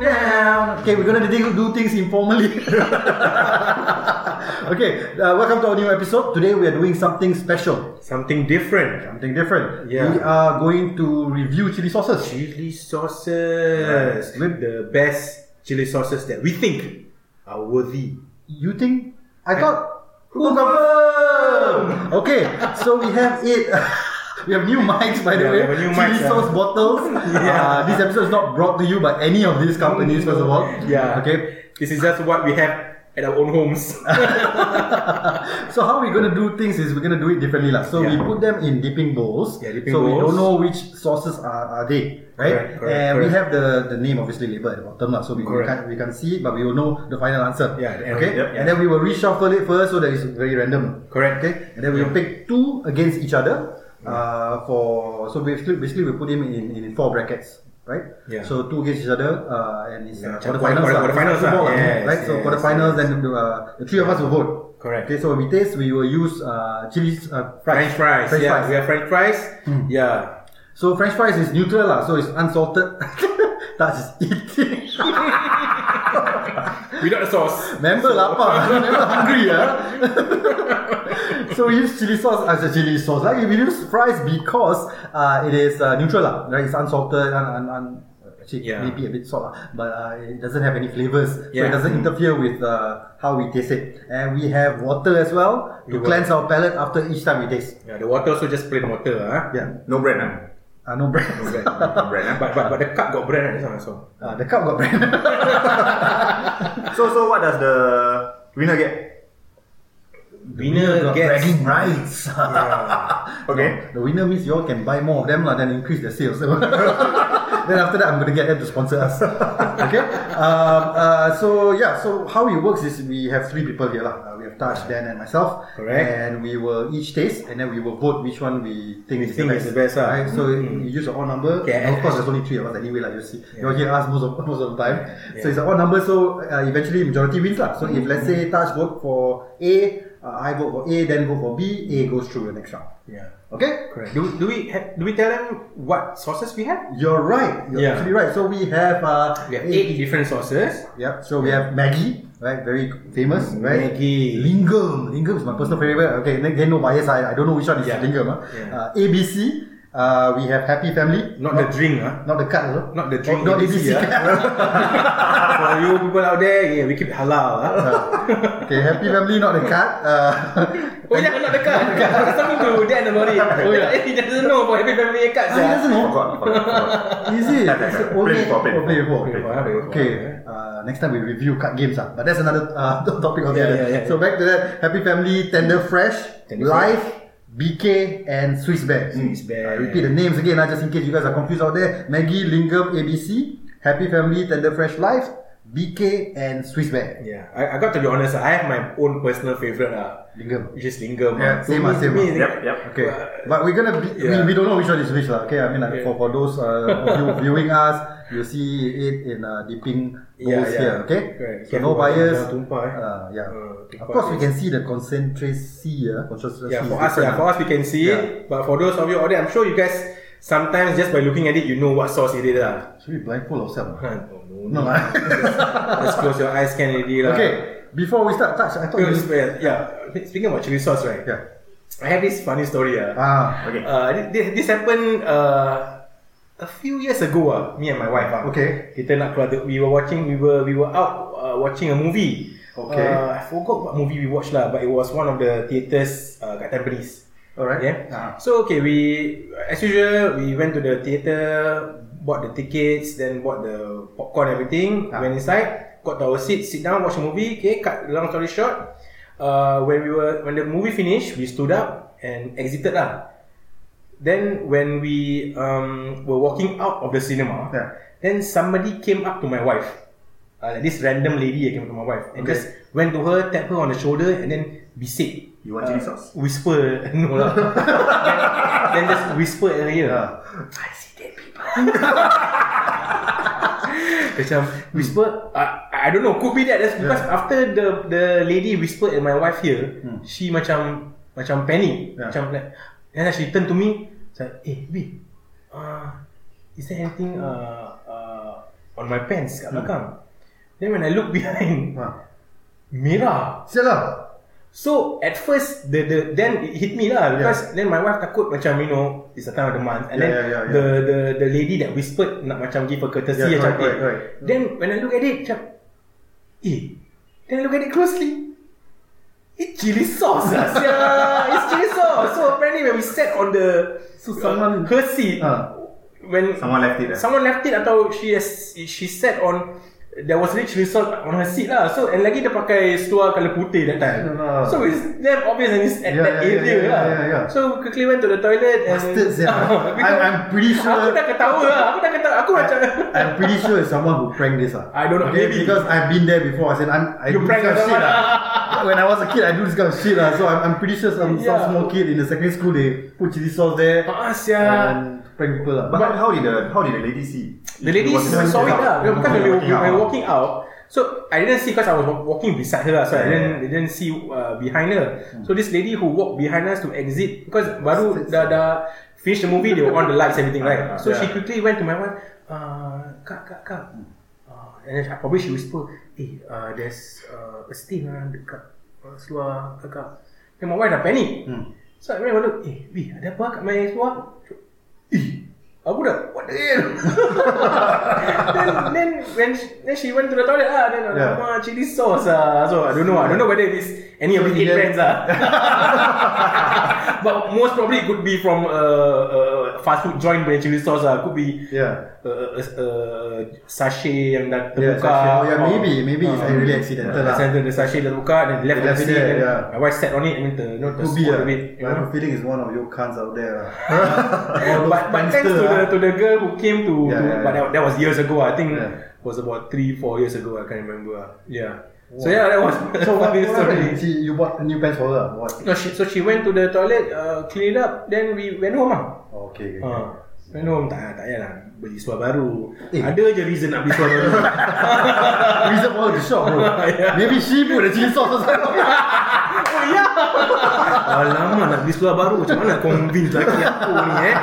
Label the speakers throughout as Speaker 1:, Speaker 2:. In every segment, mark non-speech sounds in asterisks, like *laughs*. Speaker 1: down. Okay, we're gonna do, do things informally. *laughs* okay, uh, welcome to our new episode. Today we are doing something special,
Speaker 2: Something different.
Speaker 1: something different.
Speaker 2: Yeah.
Speaker 1: We are going to review chili sauces.
Speaker 2: Chili sauces. With the best chili sauces that we think are worthy.
Speaker 1: You think? I thought. Who confirm? Okay, so we have it. *laughs* We have new mics, by the
Speaker 2: Yeah,
Speaker 1: way.
Speaker 2: we have new
Speaker 1: Chili
Speaker 2: mics, yeah.
Speaker 1: sauce
Speaker 2: *laughs*
Speaker 1: bottles. Uh, this episode is not brought to you by any of these companies, first of all.
Speaker 2: Yeah.
Speaker 1: Okay.
Speaker 2: This is just what we have at our own
Speaker 1: *laughs*
Speaker 2: homes.
Speaker 1: So how we're gonna do things is we're gonna do it differently lah. So we
Speaker 2: Yeah.
Speaker 1: put them in dipping bowls.
Speaker 2: Yeah, dipping
Speaker 1: so we
Speaker 2: bowls.
Speaker 1: don't know which sauces are, are they, right?
Speaker 2: Correct, correct,
Speaker 1: and we have
Speaker 2: correct.
Speaker 1: the, the name obviously labeled at the bottom lah. So we, we
Speaker 2: Correct.
Speaker 1: can't we can see it, but we will know the final answer.
Speaker 2: Yeah, the-
Speaker 1: okay.
Speaker 2: yep,
Speaker 1: And
Speaker 2: yeah.
Speaker 1: then we will reshuffle it first so that it's very random.
Speaker 2: Correct.
Speaker 1: Okay. And then we will pick two against each other. Uh, for so basically basically we put him in, in four brackets. Right.
Speaker 2: Yeah.
Speaker 1: So two against each other, uh, and it's uh,
Speaker 2: Yeah,
Speaker 1: quarterfinals.
Speaker 2: quarter-
Speaker 1: lah.
Speaker 2: quarterfinals
Speaker 1: It's
Speaker 2: lah.
Speaker 1: football lah,
Speaker 2: Yes,
Speaker 1: right. So
Speaker 2: yes,
Speaker 1: quarterfinals,
Speaker 2: yes.
Speaker 1: then uh, the three of us will vote.
Speaker 2: Correct.
Speaker 1: Okay, so when we taste, we will use uh, chili uh,
Speaker 2: French fries.
Speaker 1: French
Speaker 2: yeah,
Speaker 1: fries. Hmm.
Speaker 2: we have French fries. Yeah.
Speaker 1: So French fries is neutral lah, so it's unsalted. *laughs* That's eating. *laughs*
Speaker 2: Without the sauce.
Speaker 1: Remember
Speaker 2: *laughs*
Speaker 1: lapar, remember hungry
Speaker 2: ya?
Speaker 1: ah. so we use chili sauce as a chili sauce. Like we use fries because uh, it is uh, neutral lah, right? It's unsalted and un, un, actually
Speaker 2: Yeah.
Speaker 1: maybe a bit salt lah, but uh, it doesn't have any flavors, so it
Speaker 2: Yeah.
Speaker 1: doesn't
Speaker 2: Mm.
Speaker 1: interfere with uh, how we taste it. And we have water as well to
Speaker 2: We will.
Speaker 1: cleanse our palate after each time we taste.
Speaker 2: Yeah, the water also just plain water. Huh?
Speaker 1: Yeah,
Speaker 3: No brand ah.
Speaker 1: uh, no bread.
Speaker 3: No
Speaker 1: *laughs*
Speaker 3: brand. No brand ah.
Speaker 2: But, but, but the cup got brand at this one also.
Speaker 1: Uh, the cup got brand.
Speaker 3: So so what does the winner get?
Speaker 1: *laughs*
Speaker 2: Winner gets.
Speaker 1: bragging rights. *laughs*
Speaker 3: Okay.
Speaker 1: the winner means you all can buy more of them lah, then increase the sales. *laughs* then after that, I'm gonna get them to sponsor us. *laughs* okay. Um, uh, so yeah, so how it works is we have three people here lah. Uh, we have Taj, Dan, and myself.
Speaker 2: Correct.
Speaker 1: And we will each taste, and then we will vote which one we think
Speaker 2: We
Speaker 1: is
Speaker 2: think
Speaker 1: the
Speaker 2: is
Speaker 1: best.
Speaker 2: the best ah. Mm-hmm. lah.
Speaker 1: Right? So you use an odd number.
Speaker 2: Okay,
Speaker 1: And of
Speaker 2: and-
Speaker 1: course, there's only three of us anyway. Like you see, you all hear us most of *laughs* most of the time. So
Speaker 2: Yeah.
Speaker 1: it's an odd number. So uh, eventually, majority wins lah. So if let's
Speaker 2: Mm-hmm.
Speaker 1: say Taj vote for A. Uh, I vote for A, then vote for B. A goes through the next round.
Speaker 2: Yeah.
Speaker 1: Okay?
Speaker 2: Correct. Do, do we ha- do we tell them what sauces we have?
Speaker 1: You're right. You're
Speaker 2: Yeah.
Speaker 1: actually right. So we have uh
Speaker 2: We have
Speaker 1: egg.
Speaker 2: eight different sauces.
Speaker 1: Yep. So we have Maggie, right? Very famous, right?
Speaker 2: Maggi.
Speaker 1: Lingam. Lingam is my personal favorite. Okay, then then no bias. I, I don't know which one is
Speaker 2: Yeah.
Speaker 1: Lingam. Huh?
Speaker 2: Yeah.
Speaker 1: Uh, ABC. Uh, we have Happy Family.
Speaker 2: Not the drink, huh?
Speaker 1: Not the cut, also.
Speaker 2: Not the drink.
Speaker 1: Oh, not ABC.
Speaker 2: yeah. ah. *laughs* For you people out there, yeah, we keep it halal. ah. Huh?
Speaker 1: yeah. *laughs* okay, Happy Family, not the cut. Uh,
Speaker 2: *laughs*
Speaker 1: *laughs*
Speaker 2: Oh yeah, not the card. *laughs* It's something to Dan about it. Oh *laughs* yeah, he doesn't know about every family cards.
Speaker 1: he doesn't know.
Speaker 3: Forgot. forgot, forgot.
Speaker 1: Is it?
Speaker 3: Yeah, yeah,
Speaker 1: It's
Speaker 3: yeah.
Speaker 1: only
Speaker 3: Play before, play
Speaker 1: oh, play
Speaker 3: before.
Speaker 1: before.
Speaker 2: Play before, play before.
Speaker 1: Okay. Uh, next time we review card games, ah. but that's another uh, *laughs* topic altogether.
Speaker 2: yeah, yeah,
Speaker 1: so back to that. Happy Family, Tender Fresh,
Speaker 2: Tender
Speaker 1: Life, BK, and Swiss Bear.
Speaker 2: Swiss Bear.
Speaker 1: I repeat the names again, ah, just in case you guys are confused out there. Maggie, Lingam, ABC, Happy Family, Tender Fresh, Life, BK, and Swiss Bear.
Speaker 2: Yeah, I, I got to be honest. ah, I have my own personal favorite, uh,
Speaker 1: Lingam.
Speaker 2: which is Lingam.
Speaker 1: Yeah,
Speaker 2: ah.
Speaker 1: same
Speaker 2: To
Speaker 1: ah,
Speaker 2: me-
Speaker 1: same
Speaker 2: to
Speaker 1: ah.
Speaker 2: me,
Speaker 3: Yep, yep.
Speaker 1: Okay,
Speaker 2: Uh,
Speaker 1: but we're gonna be,
Speaker 2: yeah.
Speaker 1: we, we don't know which one is which lah. Okay, I mean like
Speaker 2: Yeah.
Speaker 1: for, for those uh,
Speaker 2: *laughs*
Speaker 1: of you viewing us, you see it in uh, dipping
Speaker 2: Yeah,
Speaker 1: bowls
Speaker 2: yeah.
Speaker 1: here. Okay,
Speaker 2: Correct.
Speaker 1: so no
Speaker 2: Careful,
Speaker 1: bias.
Speaker 2: jangan tumpah, eh.
Speaker 1: Uh, yeah,
Speaker 2: Uh,
Speaker 1: of
Speaker 2: tumpah
Speaker 1: course we
Speaker 2: is-
Speaker 1: can see the concentracy. Uh, concentracy
Speaker 2: Yeah,
Speaker 1: is
Speaker 2: for
Speaker 1: different,
Speaker 2: us, ah.
Speaker 1: ah.
Speaker 2: yeah, for us we can see it. But for those of you out there, I'm sure you guys sometimes just by looking at it, you know what sauce it is. ah. lah.
Speaker 1: uh. Should we blindfold ourselves?
Speaker 2: *laughs*
Speaker 1: ah?
Speaker 2: Huh, no,
Speaker 1: no
Speaker 2: no,
Speaker 1: lah.
Speaker 2: Just close your eyes, can already. lah.
Speaker 1: okay, before we start, touch. I thought.
Speaker 2: Wait,
Speaker 1: you
Speaker 2: wait, wait, Yeah. Speaking about chili sauce, right?
Speaker 1: Yeah.
Speaker 2: I have this funny story. ah.
Speaker 1: Ah,
Speaker 3: Okay.
Speaker 2: Uh, thi- thi- this happened uh, a few years ago. Uh, me and my wife. Uh,
Speaker 1: Okay.
Speaker 2: Kita nak keluar. We were watching. We were we were out uh, watching a movie.
Speaker 1: Okay.
Speaker 2: Uh, I forgot what movie we watched lah, but it was one of the theaters uh, kat Tampines.
Speaker 1: alright.
Speaker 2: Yeah.
Speaker 1: Ah.
Speaker 2: So okay, we as usual we went to the theater, bought the tickets, then bought the popcorn everything.
Speaker 1: Ah.
Speaker 2: Went inside, got to our seat, sit down, watch a movie. Okay, cut long story short, uh, when we were when the movie finished, we stood up and exited lah. Then when we um, were walking out of the cinema,
Speaker 1: Yeah.
Speaker 2: then somebody came up to my wife Uh, like this random lady came to my wife and
Speaker 1: Okay.
Speaker 2: just went to her, tapped her on the shoulder, and then beside.
Speaker 3: You want chili sauce?
Speaker 2: Whisper, *laughs* no lah. then, then just whisper at her ear. I see dead people. Macam whisper, I, I don't know, could be that. That's because after the the lady whisper at my wife here, she macam macam panic,
Speaker 1: Yeah.
Speaker 2: macam like, then she turn to me, like, eh, B, uh, is there anything uh, uh, on my pants kat belakang? Then when I look *laughs* behind,
Speaker 1: Ha.
Speaker 2: Mira.
Speaker 1: Sial lah.
Speaker 2: So at first the the then it hit me lah because then my wife takut macam you know it's the time of the month and
Speaker 1: Yeah,
Speaker 2: then
Speaker 1: yeah, yeah, yeah.
Speaker 2: the the the lady that whispered nak macam give a courtesy
Speaker 1: Yeah,
Speaker 2: macam
Speaker 1: correct, correct,
Speaker 2: eh.
Speaker 1: correct.
Speaker 2: Then when I look at it macam eh then I look at it closely it's chili sauce lah
Speaker 1: *laughs*
Speaker 2: sia. it's chili sauce so apparently when we sat on the
Speaker 1: So someone-
Speaker 2: her seat
Speaker 1: Ah.
Speaker 2: when
Speaker 3: Someone left
Speaker 1: eh?
Speaker 3: it.
Speaker 2: Someone left it atau she has, she sat on there was really chili sauce on her seat lah. So and lagi dia pakai seluar colour putih that time.
Speaker 1: Alah.
Speaker 2: So it's damn obvious and it's at
Speaker 1: Lah. Yeah,
Speaker 2: that
Speaker 1: yeah, yeah,
Speaker 2: area
Speaker 1: yeah,
Speaker 2: lah.
Speaker 1: yeah, yeah.
Speaker 2: So we quickly went to the toilet and
Speaker 1: Bastard
Speaker 2: *laughs*
Speaker 1: sia. I'm, I'm pretty sure.
Speaker 2: Aku dah ketawa lah. Aku dah ketawa. Aku macam
Speaker 1: I'm pretty sure it's someone who pranked this. ah.
Speaker 2: I don't know,
Speaker 1: Okay,
Speaker 2: maybe.
Speaker 1: Because I've been there before. I said, I'm, I do
Speaker 2: You
Speaker 1: this
Speaker 2: pranked
Speaker 1: kind of shit.
Speaker 2: someone.
Speaker 1: ah. when I was a kid, I do this kind of shit. ah. So I'm, I'm pretty sure some,
Speaker 2: Yeah.
Speaker 1: some small kid in the secondary school, they put chili sauce there
Speaker 2: Maas ya.
Speaker 1: and prank people. ah.
Speaker 3: But how- how did the how did the lady see?
Speaker 2: The lady
Speaker 3: Was
Speaker 2: saw it
Speaker 3: out?
Speaker 2: lah. Because when we
Speaker 3: Okay, walking
Speaker 2: we were
Speaker 3: out.
Speaker 2: walking out, so I didn't see because I was wa- walking beside her, lah, so I didn't I didn't see uh, behind her. So this lady who walked behind us to exit because baru dah dah finish the movie, they were on the lights everything right. So she quickly went to my wife. Uh, kak kak kak. Uh, and then probably she whisper, eh, uh, there's uh, a stain ah dekat uh, seluar kakak. Then my wife dah panic. So I went and look, eh, weh, ada apa ah kat my seluar? Eh, aku dah, what the hell? then, then when she, then she went to the toilet lah. Then
Speaker 1: Yeah.
Speaker 2: yeah. ah, chili sauce ah. So I don't know. I don't know whether it's any of
Speaker 1: So
Speaker 2: his eight
Speaker 1: Indian-
Speaker 2: friends ah. *laughs* But most probably it could be from uh, uh, fast food joint punya chili sauce ah. Could be
Speaker 1: *laughs* Yeah.
Speaker 2: uh, uh, uh, sachet yang dah
Speaker 1: Yeah,
Speaker 2: terbuka.
Speaker 1: sachet. Oh, yeah,
Speaker 2: or-
Speaker 1: maybe, maybe it's
Speaker 2: Ah.
Speaker 1: really accidental lah.
Speaker 2: Accidental, the sachet dah terbuka, then left
Speaker 1: They
Speaker 2: on the
Speaker 1: left it
Speaker 2: seat,
Speaker 1: there,
Speaker 2: then
Speaker 1: yeah.
Speaker 2: my wife sat on it, and then the, you know, the
Speaker 1: Could be.
Speaker 2: spoon
Speaker 1: ah.
Speaker 2: of
Speaker 1: I
Speaker 2: it. you know.
Speaker 1: have a feeling it's one of your cunts out
Speaker 2: *laughs*
Speaker 1: there. ah. All those
Speaker 2: but, but thanks
Speaker 1: prankster,
Speaker 2: to the
Speaker 1: ah.
Speaker 2: to the girl who came to,
Speaker 1: Yeah,
Speaker 2: to
Speaker 1: yeah,
Speaker 2: but
Speaker 1: yeah.
Speaker 2: that, that was years ago. I think
Speaker 1: Yeah.
Speaker 2: was about three four years ago. I can't remember. ah. Yeah. So yeah, that was *laughs*
Speaker 1: So what,
Speaker 2: funny
Speaker 1: what happened?
Speaker 2: story.
Speaker 1: She, you bought new pants for her? ah? What?
Speaker 2: No, she, so she went to the toilet, uh, cleaned up, then we went home. Ah.
Speaker 1: Oh, okay. okay.
Speaker 2: Ha. Went home tak tak payahlah beli seluar baru.
Speaker 1: Eh.
Speaker 2: Ada je reason nak beli seluar
Speaker 1: *laughs*
Speaker 2: baru.
Speaker 1: Reason for her to shop, bro.
Speaker 2: Uh. *laughs* Yeah.
Speaker 1: Maybe she put the chili sauce also.
Speaker 2: oh ya. Alamak nak beli seluar baru macam mana nak convince lelaki aku ni eh.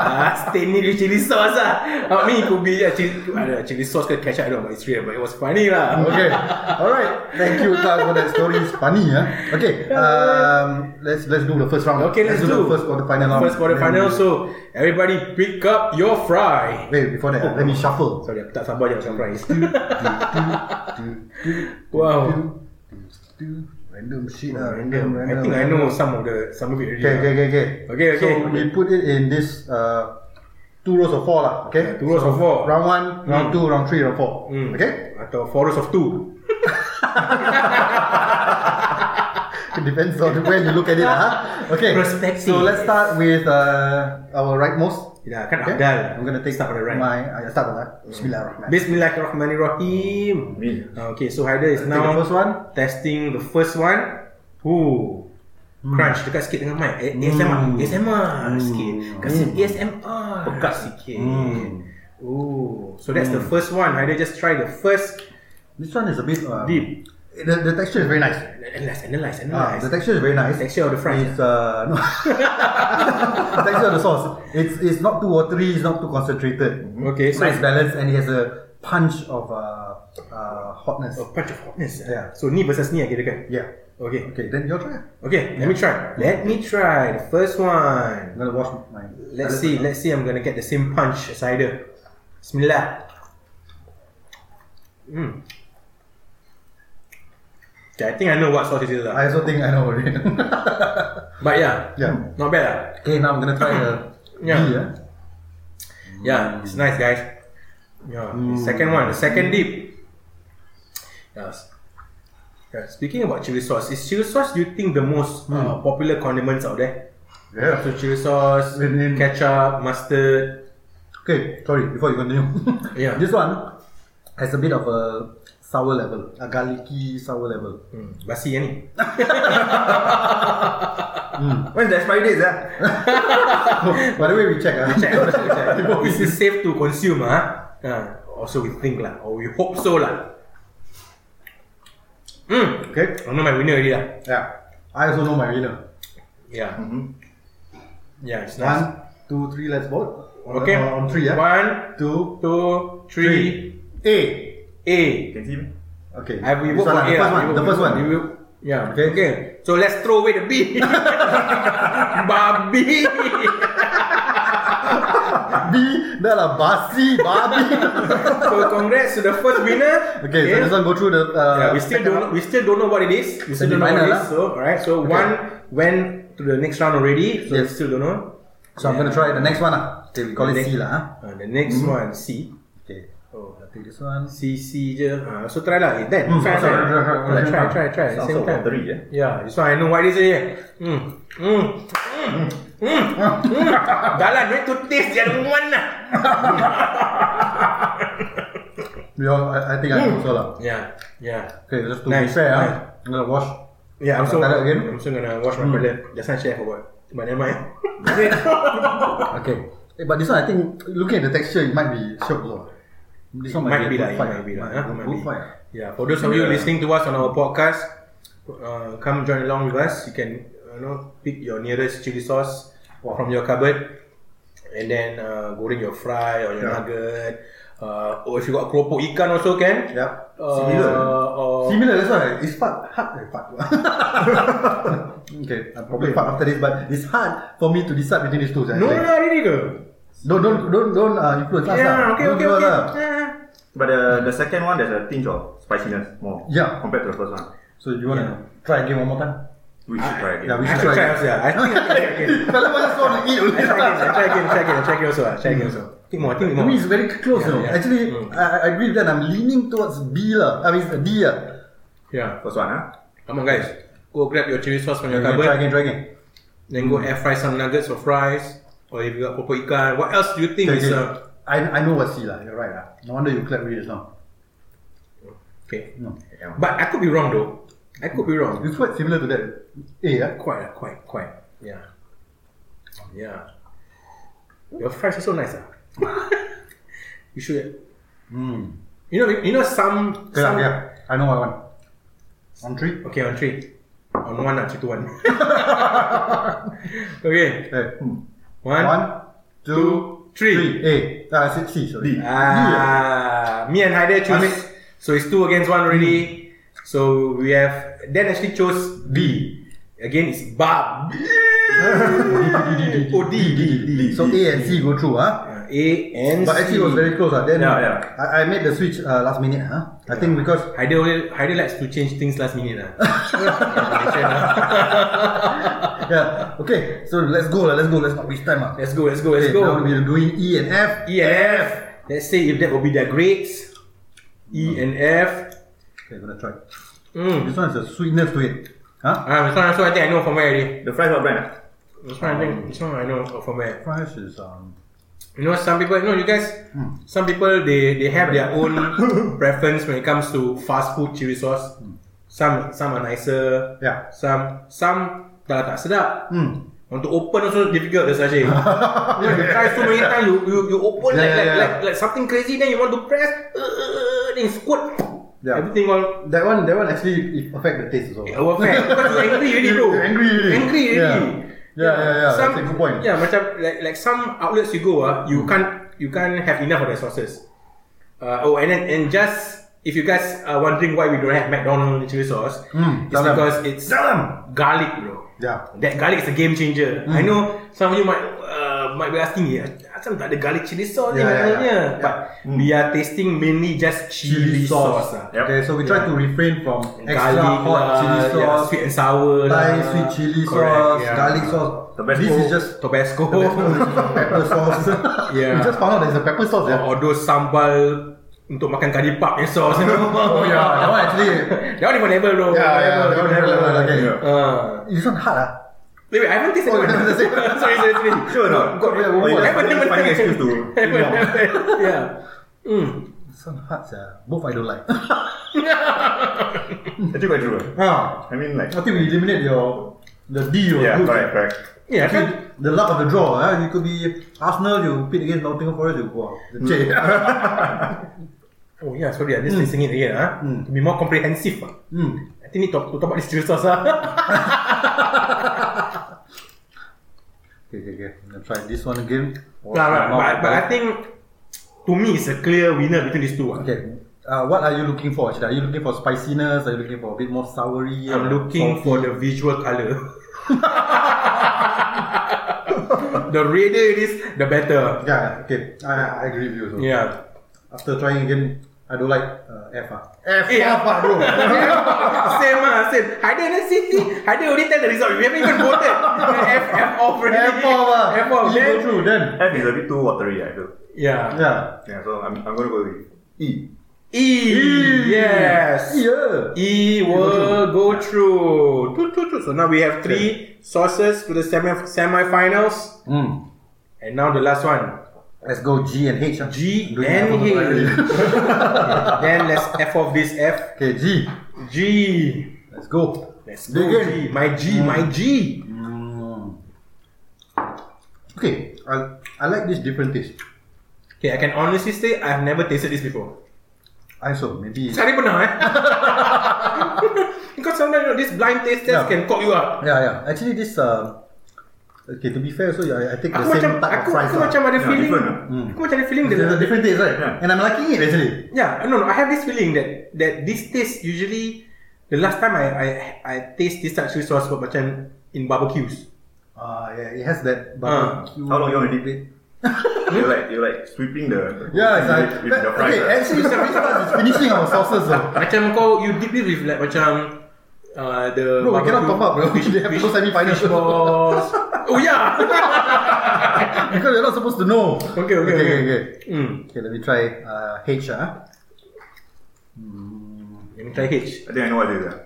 Speaker 2: Ah, stain ni dia chili sauce lah. I mean it could be yeah, ah, chili, ada chili sauce ke ketchup I don't know but it's real but it was funny lah.
Speaker 1: okay. All right. Thank you, Tal, for that story. It's funny, huh? Okay. Um, let's let's do the first round.
Speaker 2: Okay, let's,
Speaker 1: do,
Speaker 2: do,
Speaker 1: the first quarterfinal round.
Speaker 2: First quarter final. So everybody pick up your fry.
Speaker 1: wait before that, let me
Speaker 2: *laughs*
Speaker 1: shuffle.
Speaker 2: Sorry, aku tak sabar je nak makan
Speaker 1: *laughs*
Speaker 2: fries. wow.
Speaker 1: Random shit. ah,
Speaker 2: Random. I think I know some of the some of it already.
Speaker 1: Okay, okay, okay, okay.
Speaker 2: Okay, okay.
Speaker 1: So we put it in this uh, two rows of four lah. Okay.
Speaker 2: Two rows
Speaker 1: So
Speaker 2: of four.
Speaker 1: Round one, round
Speaker 2: Mm.
Speaker 1: two, round three, round four.
Speaker 2: Mm.
Speaker 1: Okay. *laughs*
Speaker 2: Atau Forest of Two.
Speaker 1: It depends on *laughs* where you look at it, huh? Okay.
Speaker 2: Perspective.
Speaker 1: So let's start with uh, our rightmost.
Speaker 2: Tidak, kan
Speaker 1: Okay.
Speaker 2: Abdal.
Speaker 1: I'm gonna take
Speaker 2: Start on the right.
Speaker 1: my. I start on that. Bismillahirrahmanirrahim.
Speaker 2: Bismillahirrahmanirrahim.
Speaker 3: Me.
Speaker 2: Okay, so Haider is
Speaker 1: Take the
Speaker 2: now
Speaker 1: first one.
Speaker 2: testing the first one. Ooh.
Speaker 1: Hmm.
Speaker 2: Crunch dekat sikit dengan mic. Eh, ASMR. ASMR sikit. Kasi
Speaker 1: Hmm.
Speaker 2: ASMR pekat sikit. Ooh. Hmm. Oh, So that's
Speaker 1: Hmm.
Speaker 2: the first one. Haider just try the first
Speaker 1: This one is a bit uh,
Speaker 2: deep.
Speaker 1: The, the texture is very nice.
Speaker 2: Analyze, analyze,
Speaker 1: Ah,
Speaker 2: analyze.
Speaker 1: the texture is very nice.
Speaker 2: Texture of the fries,
Speaker 1: It's uh, no. *laughs* the texture of the sauce. It's it's not too watery. It's not too concentrated.
Speaker 2: Okay, so
Speaker 1: nice balance, and it has a punch of uh, uh hotness.
Speaker 2: a punch Oh, of hotness.
Speaker 1: Yeah.
Speaker 2: So ni versus ni lah kira kan?
Speaker 1: Yeah.
Speaker 2: Okay.
Speaker 1: Okay, then your try. I'm
Speaker 2: Okay, let me try. Let me try the first one.
Speaker 1: gonna wash my.
Speaker 2: Let's see. Let's see. I'm gonna get the same punch as Ida. Bismillah. Hmm. Okay, I think I know what sauce it is lah.
Speaker 1: I also think I know already. *laughs*
Speaker 2: But yeah,
Speaker 1: yeah.
Speaker 2: not bad lah.
Speaker 1: Okay, now I'm gonna try the
Speaker 2: Yeah.
Speaker 1: B, yeah.
Speaker 2: Yeah, it's nice, guys. Yeah, the second one, the second dip. Yes. Yeah, speaking about chili sauce, is chili sauce do you think the most
Speaker 1: Hmm.
Speaker 2: uh, popular condiments out there?
Speaker 1: Yeah.
Speaker 2: So chili sauce,
Speaker 1: Mm, mm.
Speaker 2: ketchup, mustard.
Speaker 1: Okay, sorry, before you continue.
Speaker 2: *laughs* Yeah.
Speaker 1: This one has a bit of a sour level, a garlicky sour level.
Speaker 2: Hmm, Basi kan ni *laughs*
Speaker 3: When's the expiry
Speaker 1: *laughs*
Speaker 3: date ah?
Speaker 1: Hmm. By the way, we check. ah.
Speaker 2: eh? Check
Speaker 1: *laughs*
Speaker 2: Is it safe to consume ah? Ha? Also we think lah Or we hope so lah Hmm
Speaker 1: Okay.
Speaker 2: I know my winner already lah
Speaker 1: Yeah. I also know my winner.
Speaker 2: Yeah
Speaker 1: Mm-hmm.
Speaker 2: Yeah it's nice
Speaker 1: One, two, three. Let's vote. On-
Speaker 2: Okay
Speaker 1: On, on three. Yeah.
Speaker 2: One
Speaker 1: two,
Speaker 2: Two Three,
Speaker 1: A.
Speaker 2: A
Speaker 3: Can see me?
Speaker 1: Okay.
Speaker 2: I we
Speaker 1: This
Speaker 2: vote for
Speaker 1: ah,
Speaker 2: A
Speaker 1: the first one.
Speaker 2: lah. We vote-
Speaker 1: The first one.
Speaker 2: we
Speaker 1: *laughs*
Speaker 2: vote- Yeah.
Speaker 1: Okay.
Speaker 2: Okay. okay. So let's throw away the B. *laughs* Babi.
Speaker 1: B. Dah lah basi babi.
Speaker 2: so congrats to the first winner.
Speaker 1: *laughs* okay, so this one go through the. Uh,
Speaker 2: yeah, we still don't we still don't know what it is. We still don't know what
Speaker 1: Semi-final
Speaker 2: it is. So alright. So
Speaker 1: Okay.
Speaker 2: one went to the next round already. So
Speaker 1: Yes.
Speaker 2: we still don't know.
Speaker 1: So I'm gonna try the next one lah. Okay, we call it C lah. ah.
Speaker 2: Uh, the next one C.
Speaker 1: Okay.
Speaker 2: Oh,
Speaker 1: I take this one.
Speaker 2: C C je. Uh, so try lah. Eh, then
Speaker 1: Hmm,
Speaker 2: try,
Speaker 1: sorry,
Speaker 2: try,
Speaker 1: sorry, sorry,
Speaker 2: try,
Speaker 1: sorry.
Speaker 2: try, try, try. at the
Speaker 3: Sounds
Speaker 2: Same
Speaker 3: so
Speaker 2: time.
Speaker 3: watery eh.
Speaker 2: Yeah, this one I know what it is eh. Mm. Mm. Mm. Mm.
Speaker 1: *laughs*
Speaker 2: Mm. Dah lah, need to taste the other one lah.
Speaker 1: We all, I, I think I know so lah.
Speaker 2: Yeah, yeah.
Speaker 1: Okay, just to
Speaker 2: Nice,
Speaker 1: be fair, ah,
Speaker 2: nice.
Speaker 1: I'm gonna wash.
Speaker 2: Yeah, I'm ya. so,
Speaker 1: Try that again?
Speaker 2: I'm so gonna wash my palate. Just now share for what? But never mind.
Speaker 1: Okay. Eh, but this one, I think, looking at the texture, it might be shiok though. This one a
Speaker 2: might be
Speaker 1: good
Speaker 2: lah, it
Speaker 1: fight.
Speaker 2: might be lah. huh? Might
Speaker 1: Good
Speaker 2: be.
Speaker 1: fight.
Speaker 2: Yeah, for those of you listening to us on our podcast, uh, come join along with us. You can, you know, pick your nearest chili sauce from your cupboard, and then uh, goreng your fry or your
Speaker 1: Yeah.
Speaker 2: nugget. Uh, or if you got keropok ikan also can.
Speaker 1: Yep.
Speaker 2: Uh,
Speaker 3: Similar.
Speaker 2: Or
Speaker 1: Similar, that's why it's fart hard and
Speaker 2: *laughs*
Speaker 1: fart. okay, I probably fart after this, but it's hard for me to decide between these two.
Speaker 2: no
Speaker 1: actually.
Speaker 2: lah, really ke?
Speaker 1: Don't don't don't don't uh, influence us.
Speaker 2: Yeah,
Speaker 1: lah.
Speaker 2: okay,
Speaker 1: Don't
Speaker 2: okay,
Speaker 1: do us
Speaker 2: okay.
Speaker 1: lah.
Speaker 2: Yeah.
Speaker 3: But the, the second one, there's a tinge of spiciness more.
Speaker 1: Yeah.
Speaker 3: Compared to the first one.
Speaker 1: So you wanna try again one more time? *laughs*
Speaker 3: We should try again.
Speaker 1: yeah, we
Speaker 2: I should try also. Yeah, I think I try again.
Speaker 1: Kalau macam slow nak eat only.
Speaker 2: I
Speaker 1: *laughs*
Speaker 2: try again, I try again, I try again, I try again also. I try again also. Think more, think
Speaker 1: To
Speaker 2: more.
Speaker 1: me, it's very close.
Speaker 2: Yeah,
Speaker 1: you know.
Speaker 2: yeah.
Speaker 1: Actually,
Speaker 2: Mm.
Speaker 1: I, I agree with that. I'm leaning towards B ah. lah. I mean, it's a D lah.
Speaker 2: Yeah.
Speaker 3: First one, huh?
Speaker 2: Come on, guys. Go grab your chili sauce from your
Speaker 1: Okay, try
Speaker 2: cupboard.
Speaker 1: again, Mm. try again.
Speaker 2: Then go air fry some nuggets or fries. Or if you got popo ikan. What else do you think
Speaker 1: Okay,
Speaker 2: is
Speaker 1: okay.
Speaker 2: uh,
Speaker 1: I, I know what C lah. You're right lah. No wonder you clap really just now.
Speaker 2: okay?
Speaker 1: No.
Speaker 2: But I could be wrong though. I could be wrong.
Speaker 1: It's quite similar to that. A lah.
Speaker 2: Quite, ah, quite, quite. Yeah. Yeah. Your fries are so nice, ah. *laughs* you should.
Speaker 1: Hmm.
Speaker 2: You know, you know some.
Speaker 1: Okay, lah,
Speaker 2: some
Speaker 1: okay. lah. I know what I want. On three.
Speaker 2: Okay, on three. On one, ah, three to one. *laughs* okay,
Speaker 1: Okay.
Speaker 2: one.
Speaker 1: One, two,
Speaker 2: two, three.
Speaker 1: A. Ah, C, C sorry. D.
Speaker 3: D.
Speaker 2: Ah, me and Haider chose.
Speaker 1: I mean-
Speaker 2: so it's two against one already.
Speaker 1: Hmm.
Speaker 2: So we have then actually chose B. Again, it's
Speaker 1: *laughs*
Speaker 2: Bob. oh, D, D, D.
Speaker 1: So A and C go through ah.
Speaker 2: Uh, A and
Speaker 1: But actually,
Speaker 2: C.
Speaker 1: it was very close. ah. Then
Speaker 3: Yeah, yeah.
Speaker 1: I, I made the switch uh, last minute. Huh? I think because
Speaker 2: Haider, only- Haider likes to change things last minute.
Speaker 1: *laughs*
Speaker 2: ah.
Speaker 1: yeah. Okay, so let's go lah. Let's go. Let's not waste time ah.
Speaker 2: *laughs* let's go, let's go, let's
Speaker 1: Okay, Now
Speaker 2: go.
Speaker 1: we're doing E and F.
Speaker 2: E and F. Let's say if that will be their grades. E
Speaker 1: Hmm.
Speaker 2: and F.
Speaker 1: Okay, I'm gonna try.
Speaker 2: Mm.
Speaker 1: This one has a sweetness to it. Huh?
Speaker 2: Ah, this one also I think I know from where already.
Speaker 3: The fries what brand? ah?
Speaker 2: This one I think this one I know from where.
Speaker 1: Price is um.
Speaker 2: You know, some people, you know, you guys,
Speaker 1: Hmm.
Speaker 2: some people they they have their
Speaker 1: *laughs*
Speaker 2: own preference when it comes to fast food chili sauce. Some some are nicer.
Speaker 1: Hmm. Yeah.
Speaker 2: Some some dah tak sedap. *laughs*
Speaker 1: Hmm.
Speaker 2: Want to open also difficult the
Speaker 1: *laughs*
Speaker 2: sachet. you know, you try so many times, you you, you open
Speaker 1: Yeah,
Speaker 2: like,
Speaker 1: yeah,
Speaker 2: like,
Speaker 1: yeah.
Speaker 2: like like something crazy. Then you want to press, uh, then you squirt.
Speaker 1: Yeah.
Speaker 2: Everything all
Speaker 1: That one, that one actually it affect the taste also. *laughs*
Speaker 2: Our fan Because you're angry already bro
Speaker 1: You're angry already.
Speaker 2: Angry already
Speaker 1: Yeah. Yeah, yeah, yeah. That's a good point. Hmm.
Speaker 2: Yeah macam Like like some outlets you go ah, You can't You can't have enough of the sauces uh, Oh and then And just If you guys are wondering Why we don't have McDonald's chili sauce
Speaker 1: Mm,
Speaker 2: It's
Speaker 1: tell them.
Speaker 2: because it's Garlic bro
Speaker 1: Yeah. Hmm.
Speaker 2: That garlic is a game changer I know Some of you might uh, Might be asking yeah, Asam tak ada garlic chili sauce ni
Speaker 1: Yeah, yeah, yeah.
Speaker 2: McDonald's-nya?"
Speaker 1: Yeah. Hmm.
Speaker 2: But We are tasting mainly just chili, sauce, ah.
Speaker 3: Yep.
Speaker 1: Okay, so we try to refrain from extra
Speaker 2: garlic
Speaker 1: hot
Speaker 2: lah,
Speaker 1: chili
Speaker 2: yeah,
Speaker 1: sauce,
Speaker 2: sweet and sour
Speaker 1: Thai
Speaker 2: lah.
Speaker 1: sweet chili
Speaker 2: Correct,
Speaker 1: sauce,
Speaker 2: yeah.
Speaker 1: garlic sauce.
Speaker 3: Tabasco.
Speaker 1: This is just
Speaker 2: Tabasco, *laughs*
Speaker 1: pepper sauce.
Speaker 2: Oh. Yeah.
Speaker 1: we just found out there's a pepper sauce.
Speaker 2: or,
Speaker 1: Yeah.
Speaker 2: or those sambal untuk makan curry puff yang sauce. oh
Speaker 1: *laughs*
Speaker 2: *laughs*
Speaker 1: That one actually.
Speaker 2: That one even level bro.
Speaker 1: Yeah, yeah,
Speaker 2: Level,
Speaker 1: that one
Speaker 2: level,
Speaker 1: level,
Speaker 2: level.
Speaker 1: okay.
Speaker 2: Ah.
Speaker 1: This one hard ah.
Speaker 2: Wait, wait, I haven't tasted
Speaker 1: Oh,
Speaker 2: that one.
Speaker 1: that's the same.
Speaker 2: sorry, sorry, sorry.
Speaker 3: Sure or not? Oh,
Speaker 2: Got,
Speaker 1: Wait,
Speaker 2: haven't,
Speaker 1: what was
Speaker 2: *laughs*
Speaker 3: it?
Speaker 2: haven't,
Speaker 3: Finding
Speaker 2: haven't.
Speaker 3: excuse to-
Speaker 2: Haven't, haven't. Yeah. Mm.
Speaker 1: This one hard, yeah. Both I don't
Speaker 2: *laughs*
Speaker 1: like.
Speaker 3: Actually quite true. ah.
Speaker 1: ah,
Speaker 3: I mean like
Speaker 1: I think we eliminate your the D or
Speaker 3: yeah,
Speaker 1: group.
Speaker 3: correct, correct.
Speaker 1: I
Speaker 2: Yeah, kan?
Speaker 1: think the luck of the draw. Eh? It could be Arsenal, you pit against Nottingham Forest, you go out. The
Speaker 2: Mm. *laughs*
Speaker 1: J.
Speaker 2: Oh yeah, sorry, I'm just listening it again. Ah, to be more comprehensive. Ah,
Speaker 1: Mm.
Speaker 2: I think need to, to talk about this drill sauce. Ah,
Speaker 1: Okay, okay, okay. I'm gonna try this one again. Or-
Speaker 2: nah, right, but, but I think to me it's a clear winner between these two. Ah.
Speaker 1: Okay. Uh, what are you looking for actually? Are you looking for spiciness? Are you looking for a bit more soury?
Speaker 2: I'm looking for the visual color. *laughs* the redder it is, the better.
Speaker 1: Yeah, okay. I, I agree with you. also.
Speaker 2: Yeah.
Speaker 1: After trying again, I don't like uh, F. Ah. F,
Speaker 2: Eh,
Speaker 1: F, ah,
Speaker 2: *laughs*
Speaker 1: bro.
Speaker 2: *laughs* same ah, same. Haider and City. Haider only tell the result. We haven't even voted. F F off already.
Speaker 1: F off. ah.
Speaker 2: F off.
Speaker 1: You
Speaker 2: Then,
Speaker 1: go through then.
Speaker 3: F is a bit too watery, I feel.
Speaker 2: yeah.
Speaker 1: Yeah.
Speaker 3: Yeah, so I'm, I'm gonna go with E.
Speaker 2: E. Yes.
Speaker 1: Yeah.
Speaker 2: E will go through. Two, two, two. So now we have three sources to the semi semi-finals,
Speaker 1: Mm.
Speaker 2: and now the last one.
Speaker 1: Let's go G and H. ah.
Speaker 2: G
Speaker 1: Doing
Speaker 2: and
Speaker 1: alphabet
Speaker 2: H.
Speaker 1: right.
Speaker 2: *laughs* then let's F off this
Speaker 1: *laughs*
Speaker 2: F.
Speaker 1: Okay, G.
Speaker 2: G.
Speaker 1: Let's go.
Speaker 2: Let's go.
Speaker 1: Begin.
Speaker 2: G. My G. My G.
Speaker 1: Okay, I, I like this different taste.
Speaker 2: Okay, I can honestly say I've never tasted this before.
Speaker 1: I so maybe.
Speaker 2: Sehari pernah eh Because sometimes you know, this blind taste
Speaker 1: Yeah.
Speaker 2: test can cock you up
Speaker 1: Yeah, yeah. Actually, this um, okay. To be fair, so I, I take the
Speaker 2: Aku
Speaker 1: same
Speaker 2: macam
Speaker 1: type
Speaker 2: aku,
Speaker 1: of fries.
Speaker 2: aku
Speaker 1: lah.
Speaker 2: macam ada
Speaker 3: Yeah,
Speaker 2: feeling
Speaker 3: different,
Speaker 2: Aku macam ada feeling that
Speaker 1: It's a different taste, right?
Speaker 3: Yeah.
Speaker 1: And I'm liking it actually.
Speaker 2: Yeah, no, no, I have this feeling that that this taste usually the last time I I I taste this type of chili sauce was macam in barbecues.
Speaker 1: Ah, yeah, it has that barbecue.
Speaker 3: How long you wanna dip
Speaker 2: *laughs*
Speaker 3: it? you're like you're like sweeping the
Speaker 1: Yeah, it's like
Speaker 3: with, with the fries. uh?
Speaker 1: okay.
Speaker 3: right?
Speaker 1: Actually, it's, it's finishing our sauces.
Speaker 2: *laughs*
Speaker 1: So.
Speaker 2: Macam kau you dip it with like macam uh, the
Speaker 1: Bro, we cannot top
Speaker 2: barbecue
Speaker 1: up, bro. *laughs* They have to go semi-final.
Speaker 2: fish balls. oh yeah.
Speaker 1: Because you're not supposed to know.
Speaker 2: okay, okay,
Speaker 1: *laughs* okay,
Speaker 2: okay.
Speaker 1: okay.
Speaker 2: Hmm.
Speaker 1: Okay, let me try uh, H. Ah.
Speaker 2: Let me try H.
Speaker 3: I think I know what it is. yeah.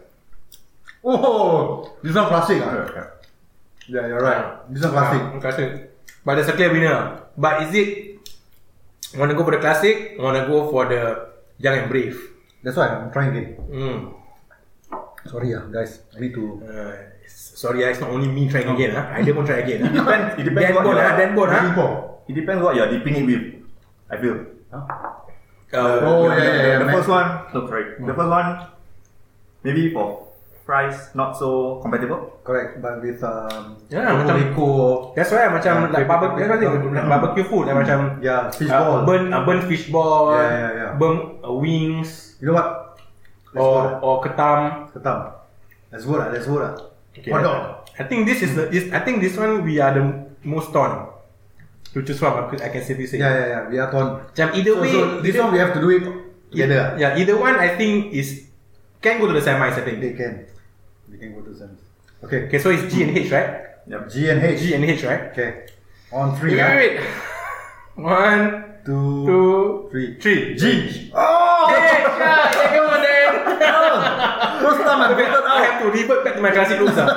Speaker 1: Oh, this one classic.
Speaker 3: Yeah,
Speaker 1: Ah.
Speaker 3: yeah.
Speaker 1: Yeah, you're right. This one classic.
Speaker 2: Ah, classic. But there's a clear winner. But is it want to go for the classic? Want to go for the young and brave?
Speaker 1: That's why I'm trying it.
Speaker 2: Mm.
Speaker 1: Sorry, ah, guys. I need to.
Speaker 2: Uh, sorry, ah, it's not only me trying
Speaker 1: *laughs*
Speaker 2: again. Ah, I don't want to try again.
Speaker 3: It depends. It depends
Speaker 2: Dan
Speaker 3: what
Speaker 2: Bon,
Speaker 3: you're.
Speaker 2: ah, Dan Bon, ah.
Speaker 1: Before.
Speaker 3: It depends what you're dipping it with. I feel.
Speaker 2: Uh,
Speaker 1: Oh, yeah, yeah,
Speaker 3: The- the-
Speaker 1: yeah,
Speaker 3: The
Speaker 1: man.
Speaker 3: first one. Look, right. The first one. Maybe for fries, not so compatible.
Speaker 1: Correct, but with um,
Speaker 2: Yeah, macam-
Speaker 1: Eko,
Speaker 2: that's why macam
Speaker 1: Yeah,
Speaker 2: like
Speaker 1: paper-
Speaker 2: barbecue, that's why they
Speaker 1: paper-
Speaker 2: like barbecue food, like macam
Speaker 1: yeah, fish
Speaker 2: uh,
Speaker 1: ball.
Speaker 2: burn uh, burn fish ball,
Speaker 1: Yeah, yeah, yeah.
Speaker 2: burn uh, wings
Speaker 1: You know what? Let's
Speaker 2: or
Speaker 1: vote.
Speaker 2: or ketam.
Speaker 1: Ketam. Let's vote. ah, Let's vote. ah.
Speaker 2: Okay.
Speaker 1: Hot dog.
Speaker 2: I think this is the
Speaker 1: Hmm.
Speaker 2: this, I think this one we are the most torn to choose from. I could- I can safely say.
Speaker 1: Yeah, yeah, yeah. We are torn.
Speaker 2: Macam either
Speaker 1: so,
Speaker 2: way,
Speaker 1: so this one we have to do it together. ah.
Speaker 2: Yeah, either one I think is can go to the semis. I
Speaker 1: They
Speaker 2: think.
Speaker 1: can. They can go to semis. Okay.
Speaker 2: Okay, so it's G and H, right?
Speaker 3: Yep.
Speaker 1: G and H.
Speaker 2: G and H, right?
Speaker 1: Okay. On
Speaker 2: Wait,
Speaker 1: three.
Speaker 2: wait,
Speaker 1: ah.
Speaker 2: wait. One,
Speaker 1: Two,
Speaker 2: two,
Speaker 1: three.
Speaker 2: three.
Speaker 1: G. Oh!
Speaker 2: Hey, yeah, yeah, come on then.
Speaker 1: First time I
Speaker 2: Okay,
Speaker 1: voted
Speaker 2: *laughs* I
Speaker 1: out.
Speaker 2: have to revert back to my classic rules. ah.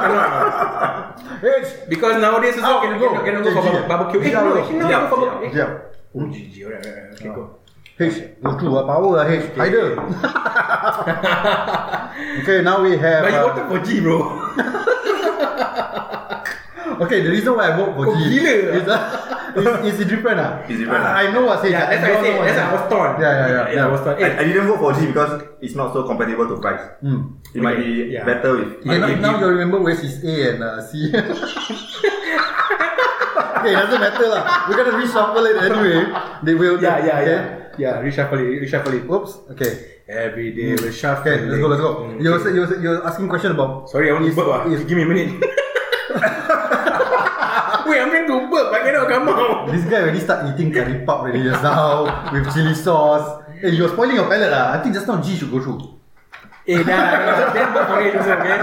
Speaker 2: Cannot, ah.
Speaker 1: H.
Speaker 2: because nowadays also
Speaker 1: Out,
Speaker 2: can
Speaker 1: go.
Speaker 2: go cannot go for
Speaker 1: G, G.
Speaker 2: bar- barbecue.
Speaker 1: G,
Speaker 2: Hey, no,
Speaker 1: out.
Speaker 2: actually no,
Speaker 3: G,
Speaker 2: go for
Speaker 3: out.
Speaker 2: barbecue.
Speaker 1: Yeah.
Speaker 2: Oh, GG, alright, alright, alright, okay, go.
Speaker 1: H. No clue. ah, Power. ah, H.
Speaker 2: *laughs*
Speaker 1: Hider. okay, now we have.
Speaker 2: But you
Speaker 1: ah,
Speaker 2: voted for G, bro.
Speaker 1: Okay, the reason why I vote for
Speaker 2: Kau
Speaker 1: G
Speaker 2: gila ah.
Speaker 1: is, uh, *laughs* is, is it different ah?
Speaker 3: It's different ah.
Speaker 1: I, I know what say.
Speaker 2: Yeah, that's why I say, that's why I was torn.
Speaker 1: Yeah, yeah, yeah.
Speaker 2: I was torn. Eh,
Speaker 3: I, I didn't vote for G because it's not so compatible to fries.
Speaker 1: Hmm.
Speaker 3: It might be
Speaker 2: Yeah.
Speaker 3: better with.
Speaker 1: Okay, now,
Speaker 2: Okay,
Speaker 1: now
Speaker 2: you-
Speaker 1: you remember which is A and uh, C. *laughs* okay, doesn't matter lah. We're gonna reshuffle it anyway. They will.
Speaker 2: yeah, yeah,
Speaker 1: okay?
Speaker 2: yeah. Yeah, reshuffle it, reshuffle it.
Speaker 1: Oops. Okay.
Speaker 2: Every day we shuffle.
Speaker 1: Okay. Let's go. Let's go.
Speaker 2: Mm,
Speaker 1: You
Speaker 2: Hmm. okay.
Speaker 1: you you're asking question about.
Speaker 2: Sorry, I want to burp ah. Give me a *laughs* minute. Wait, I'm trying to burp. I cannot come out.
Speaker 1: This guy already start eating curry pop already just now *laughs* with chili sauce. Hey, you're spoiling your palate lah. I think just now G should go through. *laughs*
Speaker 2: Eh, dah, dah, dah. Then burp for it also, okay?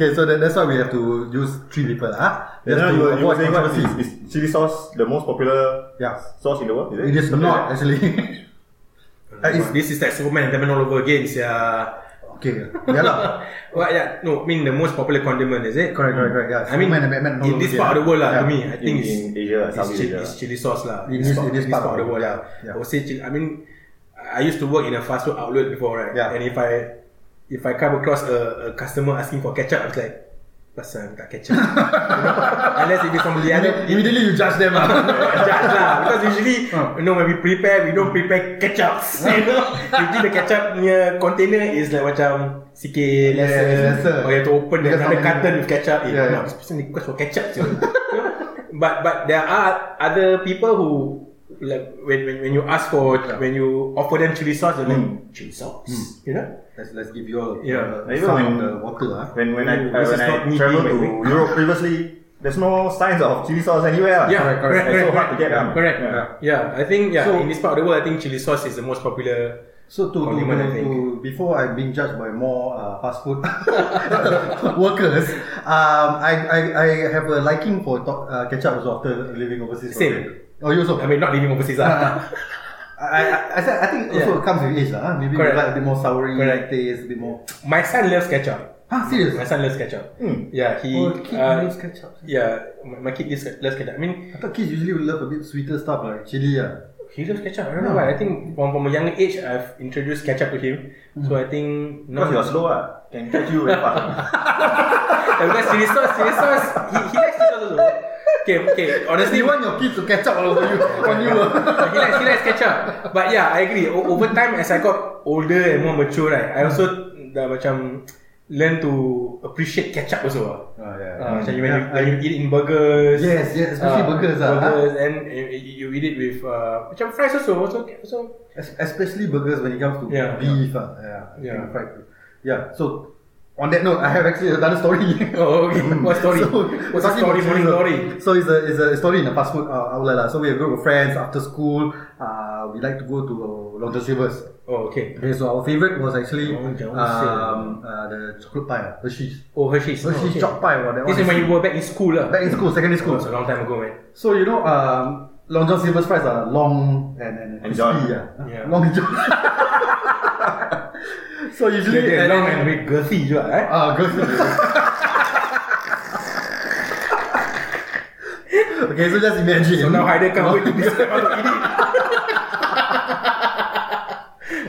Speaker 1: Okay, so that, that's why we have to use three people, ah.
Speaker 3: Then
Speaker 1: Just
Speaker 3: now
Speaker 1: to
Speaker 3: you were, you were
Speaker 1: avoid
Speaker 3: saying what
Speaker 1: controversies.
Speaker 3: is, is chili sauce the most popular
Speaker 1: Yeah.
Speaker 3: sauce in the world? Is it?
Speaker 1: It is
Speaker 3: Something
Speaker 1: not
Speaker 3: like
Speaker 1: actually. *laughs*
Speaker 2: Uh, it's- this is like Superman and Batman all over again, sia.
Speaker 1: Okay. Yeah lah.
Speaker 2: Well, yeah, no, I mean the most popular condiment is it?
Speaker 1: Correct, correct, correct. Yeah.
Speaker 2: I mean,
Speaker 1: Superman and Batman all
Speaker 2: in
Speaker 1: over
Speaker 2: this
Speaker 1: here.
Speaker 2: part of the world, lah, to
Speaker 1: Yeah.
Speaker 2: me, I think
Speaker 3: In-
Speaker 2: it's,
Speaker 3: in Asia,
Speaker 2: it's,
Speaker 3: Southeast
Speaker 2: chili,
Speaker 3: Asia.
Speaker 2: it's chili sauce, lah.
Speaker 1: In this- in this part
Speaker 2: of the world, lah.
Speaker 1: yeah.
Speaker 2: I would say, chili, I mean, I used to work in a fast food outlet before, right?
Speaker 1: Yeah.
Speaker 2: And if I if I come across a, a customer asking for ketchup, I was like, pasal tak
Speaker 1: *laughs*
Speaker 2: ketchup. You know? Unless if it's from the
Speaker 1: And
Speaker 2: other,
Speaker 1: then immediately you judge
Speaker 2: *laughs*
Speaker 1: them. lah.
Speaker 2: judge lah because usually
Speaker 1: Ha.
Speaker 2: you know when we prepare we don't prepare ketchup *laughs* you know usually the ketchup punya container is like macam sikit
Speaker 1: Yeah,
Speaker 2: lesser
Speaker 1: lesser.
Speaker 2: or you have to open
Speaker 1: Because
Speaker 2: there's another
Speaker 1: how many-
Speaker 2: carton with ketchup eh,
Speaker 1: Yeah, yeah.
Speaker 2: no, this person request for ketchup je *laughs* but but there are other people who like when when, when you ask for when you offer them chili sauce they're like
Speaker 1: Hmm.
Speaker 2: chili sauce you know
Speaker 1: let's let's give you all
Speaker 2: Yeah.
Speaker 1: uh,
Speaker 3: Even
Speaker 1: some
Speaker 3: when-
Speaker 1: of the water. ah.
Speaker 3: When when I
Speaker 2: Ooh,
Speaker 3: uh,
Speaker 2: this
Speaker 3: when
Speaker 2: is not
Speaker 3: I
Speaker 2: me
Speaker 3: traveled
Speaker 2: being a
Speaker 3: to
Speaker 2: big-
Speaker 3: Europe previously, there's no signs of chili sauce anywhere. lah.
Speaker 2: Yeah,
Speaker 1: Correct,
Speaker 2: correct,
Speaker 1: correct.
Speaker 2: correct,
Speaker 3: It's so hard to get,
Speaker 2: correct.
Speaker 3: um,
Speaker 2: correct.
Speaker 3: yeah.
Speaker 2: Yeah. I think yeah.
Speaker 1: So-
Speaker 2: in this part of the world, I think chili sauce is the most popular.
Speaker 1: So to, to,
Speaker 2: Condiment, I
Speaker 1: to,
Speaker 2: think.
Speaker 1: to before I'm being judged by more uh, fast food *laughs* workers, um, I, I I have a liking for to- uh, ketchup also after living overseas. for a
Speaker 2: Same.
Speaker 1: bit. Oh, you also.
Speaker 2: I mean, not living overseas
Speaker 1: *laughs*
Speaker 2: lah.
Speaker 1: I, I, I, said- I think also
Speaker 2: Yeah.
Speaker 1: it comes with age lah. huh? Maybe you
Speaker 2: Correct.
Speaker 1: like a bit more soury
Speaker 2: Correct.
Speaker 1: taste, a bit more.
Speaker 2: My son loves ketchup.
Speaker 1: Huh, serious?
Speaker 2: My son loves ketchup.
Speaker 3: Hmm.
Speaker 2: Yeah, he.
Speaker 1: Oh, kid
Speaker 2: uh,
Speaker 1: loves ketchup.
Speaker 2: Yeah, my my kid loves, loves ketchup. I mean,
Speaker 1: I thought kids usually would love a bit sweeter stuff like chili. ah.
Speaker 2: he loves ketchup. I don't
Speaker 1: Hmm.
Speaker 2: know why. I think from, from a young age, I've introduced ketchup to him. So
Speaker 1: Hmm.
Speaker 2: I think
Speaker 3: Because
Speaker 2: now
Speaker 3: you're slow, ah, can catch you
Speaker 2: *laughs*
Speaker 3: very fast.
Speaker 2: Yeah, *laughs* because chili sauce, chili sauce. He, he likes chili sauce. Also. Okay, okay. Honestly,
Speaker 1: You want your kids to catch up all over you on you. ah.
Speaker 2: *laughs* he likes he likes ketchup. But yeah, I agree. O- over time, as I got older and more mature, right, I also dah macam learn to appreciate ketchup also. ah.
Speaker 1: Ah, yeah.
Speaker 2: Uh, macam you when,
Speaker 1: Yeah,
Speaker 2: you, when you eat it in burgers.
Speaker 1: Yes, yes, especially burgers ah,
Speaker 2: Burgers and you, you eat it with uh, macam fries also. Also, also
Speaker 1: Es- Especially burgers when it comes to
Speaker 2: Yeah.
Speaker 1: beef. ah. Yeah. I
Speaker 2: Yeah.
Speaker 1: think fried beef. Yeah. So on that note, I have actually another story.
Speaker 2: Oh, okay. *laughs*
Speaker 1: Hmm.
Speaker 2: What
Speaker 1: *laughs*
Speaker 2: story? What's
Speaker 1: talking
Speaker 2: the story?
Speaker 1: about chili,
Speaker 2: Morning story.
Speaker 1: So it's a it's a story in a fast food uh, outlet lah. So we have a group of friends after school. Uh, we like to go to uh, Long John Silver's.
Speaker 2: Oh, okay.
Speaker 1: Okay, so our favorite was actually
Speaker 2: Long John
Speaker 1: um, uh, the chocolate pie, uh, Hershey's.
Speaker 2: Oh, Hershey's.
Speaker 1: Hershey's
Speaker 2: oh, okay.
Speaker 1: choc pie. Wow, that one
Speaker 2: This is when
Speaker 1: is-
Speaker 2: you were back in school lah.
Speaker 1: Back in school, secondary
Speaker 2: Oh,
Speaker 1: school.
Speaker 2: it's a long time ago, man.
Speaker 1: So you know, um, Long John Silver's fries are long and and,
Speaker 3: And
Speaker 1: crispy,
Speaker 3: John.
Speaker 1: yeah. *laughs*
Speaker 2: Yeah.
Speaker 1: Long John. so usually
Speaker 2: They're long and very girthy juga, eh?
Speaker 1: *laughs* Ah, good. *laughs* okay, so just imagine.
Speaker 2: So now Haider can't
Speaker 1: *laughs*
Speaker 2: wait to describe how to eat it.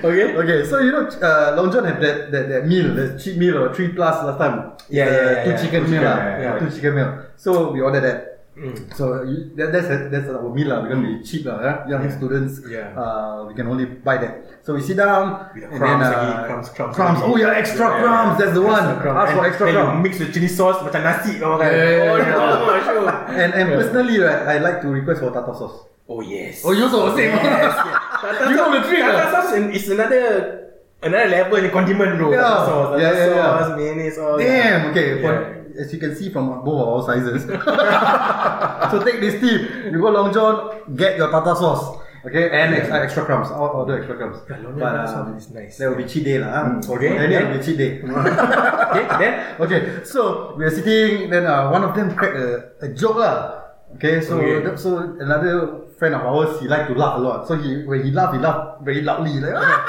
Speaker 2: okay?
Speaker 1: Okay, so you know, uh, Long John have that, that, that meal, that cheap meal or three plus last time.
Speaker 2: Yeah,
Speaker 1: The
Speaker 2: yeah, yeah,
Speaker 1: Two
Speaker 2: yeah.
Speaker 1: chicken
Speaker 3: Two
Speaker 1: meal,
Speaker 3: chicken,
Speaker 1: lah.
Speaker 3: yeah,
Speaker 2: yeah.
Speaker 1: Two chicken meal. So we order that.
Speaker 2: Mm.
Speaker 1: So you, that, that's that's our meal lah because we cheap lah. eh? Young students,
Speaker 2: Yeah.
Speaker 1: uh, we can only buy that. So we sit down.
Speaker 2: With the
Speaker 1: and
Speaker 2: crumbs
Speaker 1: then, uh,
Speaker 2: lagi, crumbs, crumbs
Speaker 1: crumbs.
Speaker 2: lagi.
Speaker 1: Oh yeah, extra crumbs. That's the one. Ask for
Speaker 2: And
Speaker 1: extra
Speaker 2: then you
Speaker 1: crumbs.
Speaker 2: mix the chili sauce macam nasi kau makan.
Speaker 1: Yeah.
Speaker 2: Oh, no, sure.
Speaker 1: *laughs* And and personally, right, I like to request for tartar sauce.
Speaker 2: Oh, yes.
Speaker 1: Oh, you also same. *laughs*
Speaker 2: Yes, yeah. Tartar
Speaker 1: You know
Speaker 2: sauce-
Speaker 1: the trick,
Speaker 2: Tartar
Speaker 1: ah.
Speaker 2: sauce is another another level in condiment, bro.
Speaker 1: Yeah.
Speaker 2: Tartar sauce,
Speaker 1: Yeah, yeah,
Speaker 2: tartar
Speaker 1: yeah.
Speaker 2: sauce, mayonnaise, all that.
Speaker 1: Damn. Okay. For, As you can see from both of our sizes. *laughs* so take this tip. You go Long John, get your tartar sauce. Okay, and extra, extra crumbs. I'll order extra crumbs.
Speaker 2: Yeah, Long John
Speaker 1: But,
Speaker 2: tartar
Speaker 1: um,
Speaker 2: sauce is nice. Mm.
Speaker 1: That will be cheat day lah. ah.
Speaker 2: okay.
Speaker 1: Then it will be
Speaker 2: Then-
Speaker 1: cheat day.
Speaker 2: *laughs* Okay, then
Speaker 1: Okay, so we are sitting. Then uh, one of them cracked a, a joke lah. Okay, so
Speaker 2: Okay.
Speaker 1: that- so another friend of ours, he like to laugh a lot. So he when he laugh, he laugh very loudly, like *laughs* that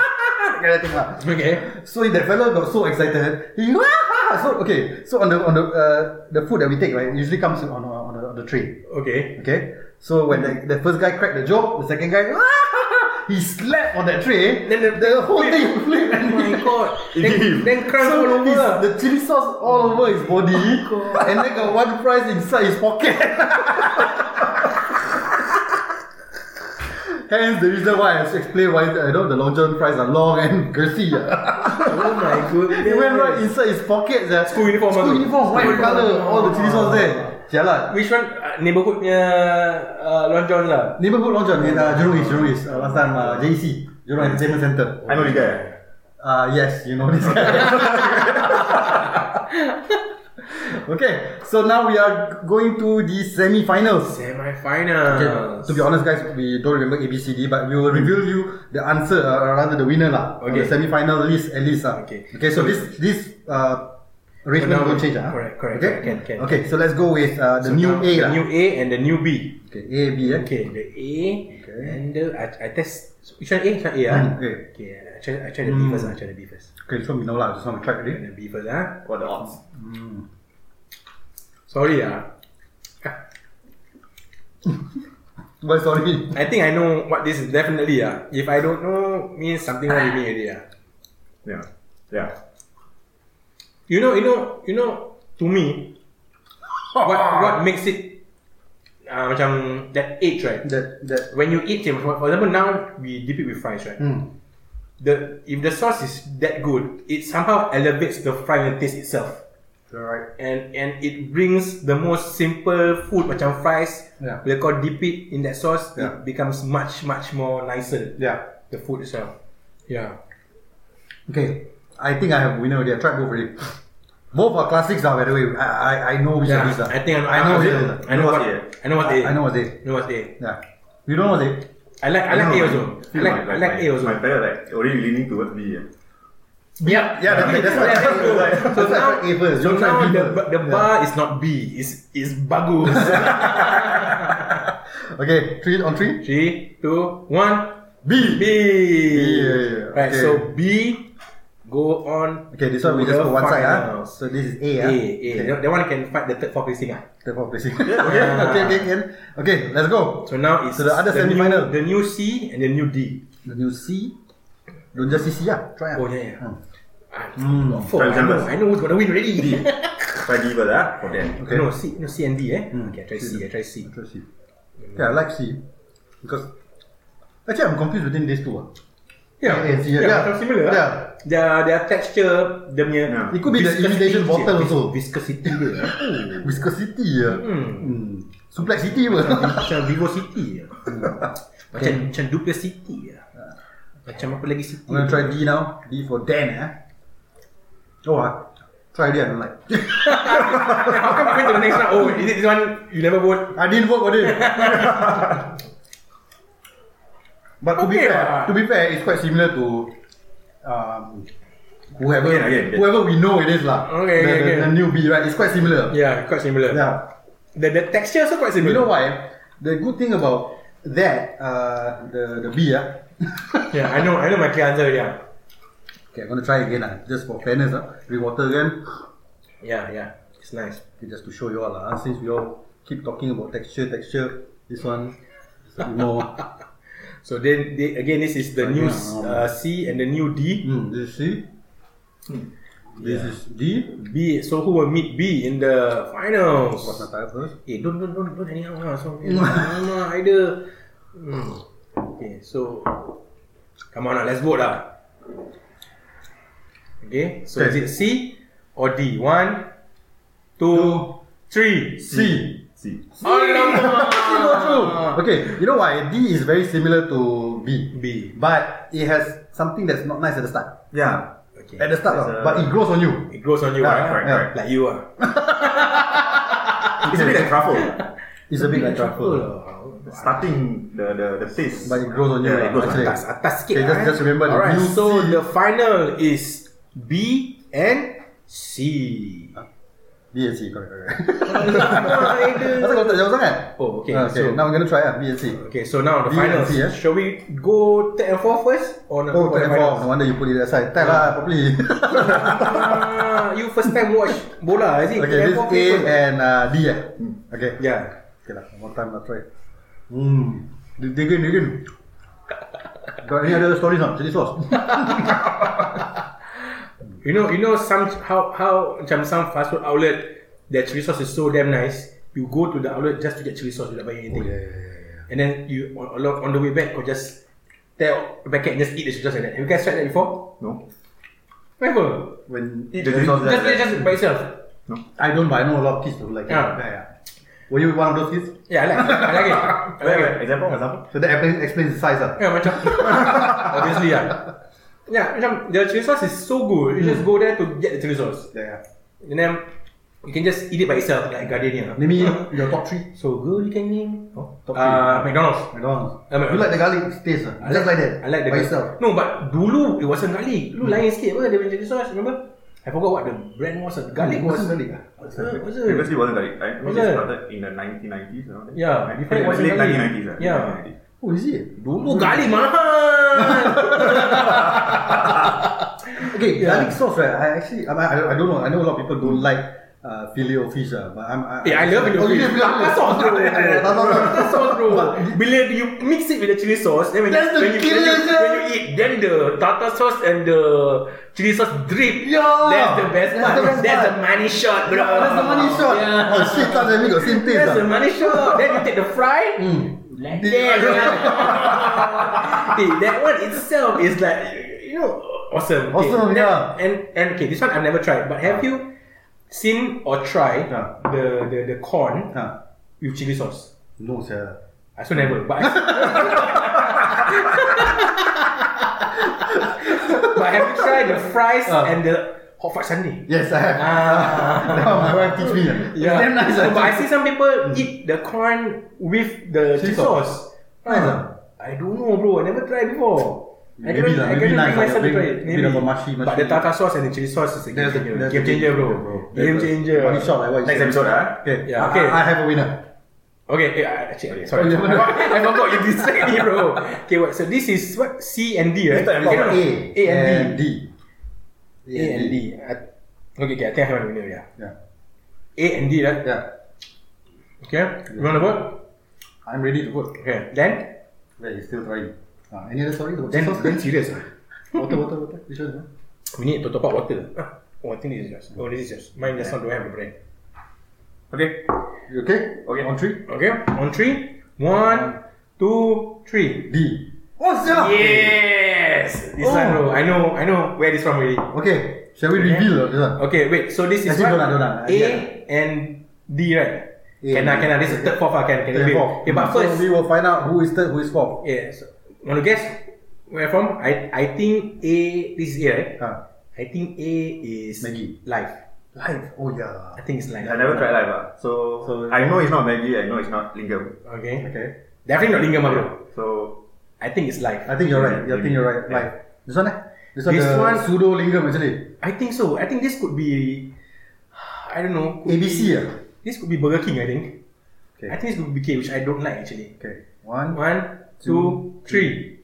Speaker 1: kind of thing lah.
Speaker 2: okay.
Speaker 1: So that fellow got so excited, he "Ah, so okay. So on the on the uh, the food that we take right usually comes on a, on a, on the tray.
Speaker 2: Okay.
Speaker 1: Okay, so when the, the first guy cracked the joke, the second guy. "Ah, He slapped on that tray,
Speaker 2: Then the-
Speaker 1: whole thing flipped and
Speaker 2: Oh my god.
Speaker 1: *laughs*
Speaker 2: Then, *laughs* then crumbs all over. lah. Oh,
Speaker 1: his- the chili sauce all over his body, and then got one fries inside his pocket. *laughs* Hence the reason why I have to explain why uh, you know the Long John fries are long and *laughs* girthy. ah.
Speaker 2: Oh my goodness.
Speaker 1: it went right inside his pocket. ah.
Speaker 2: School uniform,
Speaker 1: School
Speaker 2: ah, tu.
Speaker 1: uniform, white
Speaker 2: School
Speaker 1: colour,
Speaker 2: uniform.
Speaker 1: all the chili sauce there. Jalan.
Speaker 2: Which one? Uh, neighborhood punya uh, Long John lah.
Speaker 1: Neighborhood Long John in uh, Jurong East, Jurong East. Uh, last time uh, JEC, Jurong Entertainment Centre.
Speaker 3: I know the guy.
Speaker 1: Uh, yes, you know this guy. *laughs* okay, so now we are going to the semi-finals.
Speaker 2: Semi-final. Uh,
Speaker 1: Okay, to be honest, guys, we don't remember ABCD, but we will reveal you the answer, uh, or rather the winner lah.
Speaker 2: Okay.
Speaker 1: Okay. The semi-final list at least lah.
Speaker 2: Okay.
Speaker 1: Okay, so
Speaker 2: So-
Speaker 1: this this uh, arrangement
Speaker 2: For now,
Speaker 1: won't change ah.
Speaker 2: correct, correct,
Speaker 1: Okay.
Speaker 2: correct, can, can.
Speaker 1: Okay, so let's go with uh, the new A
Speaker 2: the
Speaker 1: lah.
Speaker 2: new A and the new B.
Speaker 1: Okay, A B eh.
Speaker 2: Okay, the A
Speaker 1: Okay.
Speaker 2: and the I, I test which one A, which one A ah?
Speaker 1: Hmm, A.
Speaker 2: Okay, I I try, I try the beef first. ah, I try the beef first.
Speaker 1: Okay, so we know lah. Just now we tried
Speaker 2: Try
Speaker 1: already.
Speaker 2: the beef first. Ah,
Speaker 3: What are the odds?
Speaker 2: sorry ah.
Speaker 1: Why sorry?
Speaker 2: I think I know what this is definitely ah. If I don't know, means something wrong with me already ah.
Speaker 3: Yeah. Yeah.
Speaker 2: You know, you know, you know. To me, what what makes it uh, macam that age right?
Speaker 1: That that.
Speaker 2: When you eat it, for for example, now we dip it with fries right?
Speaker 1: Hmm.
Speaker 2: The if the sauce is that good, it somehow elevates the frying taste itself.
Speaker 1: Right.
Speaker 2: and and it brings the most simple food macam fries
Speaker 1: Yeah.
Speaker 2: bila kau dip it in that sauce
Speaker 1: Yeah.
Speaker 2: it becomes much much more nicer
Speaker 1: Yeah.
Speaker 2: the food itself yeah
Speaker 1: Okay. I think I have winner already. I tried both already. Both are classics now, by the way. I I, I know which
Speaker 2: yeah
Speaker 1: are these. ah.
Speaker 2: I think I know
Speaker 1: I know which are these.
Speaker 2: I know what
Speaker 3: Yeah.
Speaker 2: I know what A
Speaker 1: ah. I know what's it.
Speaker 2: I know what A
Speaker 1: Yeah. You don't know what's it?
Speaker 2: I like
Speaker 1: I
Speaker 2: I
Speaker 1: know
Speaker 2: like A
Speaker 1: what
Speaker 2: also I
Speaker 3: Feel
Speaker 2: like
Speaker 3: my-
Speaker 2: I like
Speaker 3: my-
Speaker 2: A also
Speaker 3: My parents like already leaning towards B. Yeah.
Speaker 2: yeah
Speaker 1: Yeah, that- that's why I tried A first. That's why I
Speaker 2: so now
Speaker 1: tried A first.
Speaker 2: so
Speaker 1: Don't try
Speaker 2: now
Speaker 1: B
Speaker 2: the
Speaker 1: first.
Speaker 2: the
Speaker 1: Yeah.
Speaker 2: bar is not B is is
Speaker 1: *laughs*
Speaker 2: bagus
Speaker 1: Okay. Three on three.
Speaker 2: three two one
Speaker 1: B.
Speaker 2: B
Speaker 1: yeah,
Speaker 2: right
Speaker 1: okay.
Speaker 2: so B go on
Speaker 1: Okay, this one we
Speaker 2: to
Speaker 1: just
Speaker 2: the
Speaker 1: put one side, ah.
Speaker 2: finals.
Speaker 1: So this is A, ah.
Speaker 2: A, A. That, that one can fight the third, fourth placing. Ah.
Speaker 1: The fourth place. *laughs* okay, okay, okay, can. Okay, let's go.
Speaker 2: So now it's
Speaker 1: So the other
Speaker 2: new,
Speaker 1: semi-final.
Speaker 2: the new C and the new D.
Speaker 1: The new C. Don't just see C, ah. Try, ah.
Speaker 2: Oh, yeah, yeah.
Speaker 1: Hmm.
Speaker 2: Ah,
Speaker 1: Hmm.
Speaker 2: oh, fuck,
Speaker 3: For
Speaker 2: I,
Speaker 3: example.
Speaker 2: know, I know who's gonna win already. *laughs*
Speaker 3: D. Try D first ah, for them.
Speaker 1: Okay.
Speaker 2: No, C, no, C and D, eh?
Speaker 1: Hmm.
Speaker 2: Okay, I try C, I try C.
Speaker 1: Try C. Okay, I like C. Because, actually, I'm confused between these two, ah.
Speaker 2: Yeah,
Speaker 1: A and C,
Speaker 2: yeah,
Speaker 1: yeah.
Speaker 2: macam similar. eh?
Speaker 1: Yeah.
Speaker 2: Yeah. Their, their texture, dia punya
Speaker 3: Yeah.
Speaker 1: It could be the
Speaker 2: viscosity
Speaker 1: imitation
Speaker 2: dia,
Speaker 1: bottle
Speaker 2: vis-
Speaker 1: also.
Speaker 2: Viscosity dia. *laughs* Oh.
Speaker 1: Whisker City, ah.
Speaker 2: Hmm.
Speaker 1: Hmm. Suplex City, *laughs* pun.
Speaker 2: Oh, Macam Vivo City. Macam, macam Dupla City. Macam apa lagi City.
Speaker 1: I'm gonna try D now. D for Dan, eh. Oh, ah. Try D, I don't like.
Speaker 2: How come you went to the next round? Oh, is it this one you never vote?
Speaker 1: I didn't vote for it. but to be
Speaker 2: Okay
Speaker 1: fair,
Speaker 2: lah.
Speaker 1: to be fair, it's quite similar to um, whoever
Speaker 3: Again, again, again.
Speaker 1: whoever we know it is lah.
Speaker 2: Okay,
Speaker 1: the,
Speaker 2: okay,
Speaker 1: the,
Speaker 2: okay.
Speaker 1: the newbie, right? It's quite similar.
Speaker 2: Yeah, quite similar.
Speaker 1: yeah.
Speaker 2: The, the texture also quite similar.
Speaker 1: You know why? The good thing about that, uh, the the bee, ah.
Speaker 2: Yeah, I know, I know my clear answer. Yeah,
Speaker 1: *laughs* Okay, I'm gonna try again, ah, just for fairness, ah. Drink water again,
Speaker 2: yeah, yeah. It's nice.
Speaker 1: okay, just to show you all, ah. Since we all keep talking about texture, texture, this one is a bit more.
Speaker 2: So then, they, again, this is the new uh, C and the new D.
Speaker 1: Hmm, this is C.
Speaker 2: Hmm.
Speaker 1: This is D.
Speaker 2: B. So who will meet B in the finals?
Speaker 1: What's my type first?
Speaker 2: Eh, don't don't don't don't anyhow lah. So
Speaker 1: *laughs*
Speaker 2: Mama either. Hmm. Okay, so come on lah, let's vote lah. Okay, so is
Speaker 1: Okay.
Speaker 2: it C or D? One, two, three.
Speaker 1: C.
Speaker 3: C.
Speaker 2: Ah. Alamak.
Speaker 1: Okay, you know why? D is very similar to B.
Speaker 2: B.
Speaker 1: But it has something that's not nice at the start.
Speaker 3: Yeah.
Speaker 2: Okay.
Speaker 1: At the start,
Speaker 3: It's
Speaker 1: lah,
Speaker 3: a-
Speaker 1: but it grows on you.
Speaker 2: It grows on you,
Speaker 1: Yeah,
Speaker 2: ah,
Speaker 3: correct,
Speaker 1: yeah.
Speaker 3: correct.
Speaker 2: Like you are.
Speaker 3: It's a bit like truffle.
Speaker 1: It's a bit like truffle.
Speaker 3: Starting the the the taste.
Speaker 1: But it grows on you.
Speaker 3: Yeah,
Speaker 1: lah,
Speaker 2: ah,
Speaker 3: it grows on
Speaker 1: actually.
Speaker 2: Atas, atas sikit.
Speaker 1: Okay, just-
Speaker 2: eh.
Speaker 1: just remember the
Speaker 2: Alright,
Speaker 1: new
Speaker 2: so
Speaker 1: C.
Speaker 2: the final is B and
Speaker 1: *laughs*
Speaker 2: C.
Speaker 1: B and C, correct, correct. *laughs* Asal kau
Speaker 2: oh,
Speaker 1: tak jauh sangat?
Speaker 2: okay.
Speaker 1: Ah,
Speaker 2: So,
Speaker 1: now I'm gonna try ah, B and C.
Speaker 2: okay, so now the
Speaker 1: B and
Speaker 2: finals.
Speaker 1: C, eh?
Speaker 2: Shall we go third and fourth first? Or no?
Speaker 1: Oh, turn No wonder you put it aside. Tell lah, properly. *laughs*
Speaker 2: *laughs* Ah, you first time watch bola, is it?
Speaker 1: okay,
Speaker 2: Third
Speaker 1: this
Speaker 2: fourth
Speaker 1: A
Speaker 2: first.
Speaker 1: and uh, D eh? Okay.
Speaker 2: Hmm. Yeah.
Speaker 1: Okay lah, one more time lah, try. Hmm. Dig- Dig in, dig in. Got any other stories not? Chili
Speaker 2: *laughs*
Speaker 1: sauce?
Speaker 2: You know, you know some how how macam some fast food outlet their chili sauce is so damn nice. You go to the outlet just to get chili sauce without buying
Speaker 3: Oh,
Speaker 2: anything. And then you on, along- on the way back, or just tear back and just eat the chili sauce like that. Have you guys tried that before?
Speaker 3: No.
Speaker 2: Never.
Speaker 1: When
Speaker 3: Eat the chili sauce
Speaker 2: Just
Speaker 3: like
Speaker 2: just by itself.
Speaker 1: I don't, but I know a lot of kids who like it.
Speaker 2: Yeah.
Speaker 1: Yeah, yeah. Were you one of those kids?
Speaker 2: Yeah, I like, it. I like it. I
Speaker 3: Wait,
Speaker 2: like
Speaker 3: wait,
Speaker 2: it.
Speaker 3: example, example.
Speaker 1: So that explains, explains the size ah.
Speaker 2: Yeah,
Speaker 3: *laughs*
Speaker 2: macam obviously yeah. Yeah, macam the chili sauce is so good. You just go there to get the chili sauce,
Speaker 1: Yeah, yeah.
Speaker 2: and then you can just eat it by itself like gardenia.
Speaker 1: Name me your top three.
Speaker 2: So good, you can name.
Speaker 1: Oh, top three.
Speaker 2: Uh, McDonald's.
Speaker 1: McDonald's.
Speaker 2: I mean,
Speaker 1: you like the garlic taste ah? Just like that.
Speaker 2: I like the
Speaker 1: by
Speaker 2: garlic.
Speaker 1: itself. Hmm.
Speaker 2: No, but dulu it wasn't garlic. Dulu lain sikit apa dia punya chili sauce, remember? I forgot what the brand was.
Speaker 1: It
Speaker 2: Garlic was.
Speaker 1: wasn't garlic ah.
Speaker 2: What's it? What's it?
Speaker 3: Previously wasn't like I think
Speaker 2: Was
Speaker 3: it
Speaker 2: it?
Speaker 3: started in the 1990s around there.
Speaker 2: Yeah,
Speaker 3: Like,
Speaker 2: before it
Speaker 3: late
Speaker 2: wasn't
Speaker 3: 1990s.
Speaker 2: really-
Speaker 3: ah,
Speaker 2: yeah.
Speaker 3: 1990s.
Speaker 1: Oh, is it?
Speaker 2: Oh, garlic mahal.
Speaker 1: Okay, garlic sauce, right? I actually, I, I, I don't know. I know a lot of people don't like uh, fillet of fish, uh, but I'm. I,
Speaker 2: *laughs* Eh, I love it.
Speaker 1: Oh, you love fillet
Speaker 2: *laughs*
Speaker 1: of fish.
Speaker 2: Tartar sauce,
Speaker 1: *laughs*
Speaker 2: bro. Tartar sauce, bro.
Speaker 1: But
Speaker 2: Bila you mix it with the chili sauce, then when,
Speaker 1: That's the
Speaker 2: you, when, you, when, you,
Speaker 1: killer,
Speaker 2: when you eat, then the tartar sauce and the chili sauce drip.
Speaker 1: Yeah.
Speaker 2: That's the best
Speaker 1: That's
Speaker 2: part.
Speaker 1: the best
Speaker 2: that's
Speaker 1: part.
Speaker 2: the money shot, bro.
Speaker 1: That's the money shot.
Speaker 2: Yeah.
Speaker 1: Oh shit, cause I got same taste.
Speaker 2: That's
Speaker 1: ah.
Speaker 2: the
Speaker 1: Hmm.
Speaker 2: money shot. then you take the fry. Like
Speaker 1: Yeah.
Speaker 2: that. Hmm. yeah. *laughs* Eh, that one itself is like you know awesome. Ah. Okay,
Speaker 1: Awesome,
Speaker 2: then-
Speaker 1: yeah.
Speaker 2: And and okay, this one I've never tried, but have you seen or tried
Speaker 1: Ah.
Speaker 2: the, the the corn
Speaker 1: Ah.
Speaker 2: with chili sauce?
Speaker 1: No, sir.
Speaker 2: I still never, *laughs* but I, but have you tried the fries
Speaker 1: Ah.
Speaker 2: and the hot fudge sundae?
Speaker 1: Yes, I have.
Speaker 2: Ah.
Speaker 1: *laughs* Now my wife teach me. It's damn nice.
Speaker 2: So,
Speaker 1: ah.
Speaker 2: but I see some people eat the corn with the
Speaker 1: Chili
Speaker 2: chili
Speaker 1: sauce.
Speaker 2: sauce.
Speaker 1: Nice ah.
Speaker 2: I don't know, bro. I never tried before. I
Speaker 1: Maybe
Speaker 2: cannot,
Speaker 1: lah,
Speaker 2: I
Speaker 1: maybe
Speaker 2: cannot
Speaker 1: nice
Speaker 2: bring
Speaker 1: lah,
Speaker 2: myself to
Speaker 1: bring
Speaker 2: try it.
Speaker 1: bit
Speaker 2: Maybe.
Speaker 1: of a mushy-
Speaker 2: But
Speaker 1: mushy.
Speaker 2: the tartar sauce and the chili sauce is a game
Speaker 1: There's a-
Speaker 2: changer.
Speaker 1: there's
Speaker 2: game
Speaker 1: a-
Speaker 2: changer, bro.
Speaker 1: there's
Speaker 2: Game
Speaker 1: a-
Speaker 2: changer.
Speaker 1: Money shot like what? you
Speaker 3: Next
Speaker 1: said.
Speaker 3: episode, ah.
Speaker 1: Okay.
Speaker 2: Yeah,
Speaker 1: okay.
Speaker 2: okay.
Speaker 1: I, I have a winner.
Speaker 2: Okay, eh, I- actually, okay, sorry.
Speaker 1: Oh, you never know.
Speaker 2: *laughs* I forgot you distract me, bro. Okay, what? So this is what C and D, right?
Speaker 3: This
Speaker 2: Okay,
Speaker 3: time
Speaker 2: no,
Speaker 3: about
Speaker 2: no.
Speaker 1: A.
Speaker 2: A and D.
Speaker 1: A
Speaker 2: A and D. I- Okay, okay, I think I have a winner, yeah.
Speaker 1: Yeah.
Speaker 2: A and D, right?
Speaker 1: Yeah.
Speaker 2: Okay, you want to vote?
Speaker 1: I'm ready to vote.
Speaker 2: Okay, then?
Speaker 1: Wait, he's still trying. Ah, any other story?
Speaker 2: Then, then serious. ah.
Speaker 1: water, water, water. Which one? no?
Speaker 2: We need to top up water. Ah, Oh, I think this is yours. Oh, this is yours. Mine does not have a brand.
Speaker 3: Okay.
Speaker 1: You okay?
Speaker 3: Okay.
Speaker 1: On three.
Speaker 2: Okay, on three. One, two,
Speaker 1: D.
Speaker 2: three.
Speaker 1: Oh, yeah.
Speaker 2: Yes! This
Speaker 1: Oh.
Speaker 2: one, bro. I know, I know where this from already.
Speaker 1: Okay. Shall we reveal this one?
Speaker 2: Okay, wait. So this is
Speaker 1: Actually,
Speaker 2: what?
Speaker 1: don't lah, don't lah.
Speaker 2: A
Speaker 1: Yeah.
Speaker 2: and D, right?
Speaker 1: A and
Speaker 2: Can lah,
Speaker 1: D.
Speaker 2: can lah. This is third, fourth, ah, can can.
Speaker 1: Okay,
Speaker 2: Okay,
Speaker 1: four.
Speaker 2: okay, but first,
Speaker 1: so we will find out who is third, who is fourth.
Speaker 2: yeah. So, want to guess where from? I I think A. This is A, right?
Speaker 1: Ah.
Speaker 2: I think A is
Speaker 1: Maggi.
Speaker 2: Life.
Speaker 1: Life. Oh yeah.
Speaker 2: I think it's life.
Speaker 3: I never tried live, ah. So,
Speaker 1: So-
Speaker 3: I know it's not Maggie, I know it's not Lingam.
Speaker 2: Okay.
Speaker 1: Okay.
Speaker 2: Definitely not lingam, ah, bro.
Speaker 3: So,
Speaker 2: I think it's life.
Speaker 1: I think you're right. I think you're right.
Speaker 3: Yeah.
Speaker 1: Life. This one, eh? This one,
Speaker 2: This
Speaker 1: the
Speaker 2: one-
Speaker 1: pseudo lingam actually.
Speaker 2: I think so. I think this could be. *sighs* I don't know. could
Speaker 1: ABC,
Speaker 2: be-
Speaker 1: ah?
Speaker 2: This could be Burger King. I think.
Speaker 1: Okay.
Speaker 2: I think this could be K, which I don't like actually.
Speaker 1: Okay. One.
Speaker 2: One, two, three.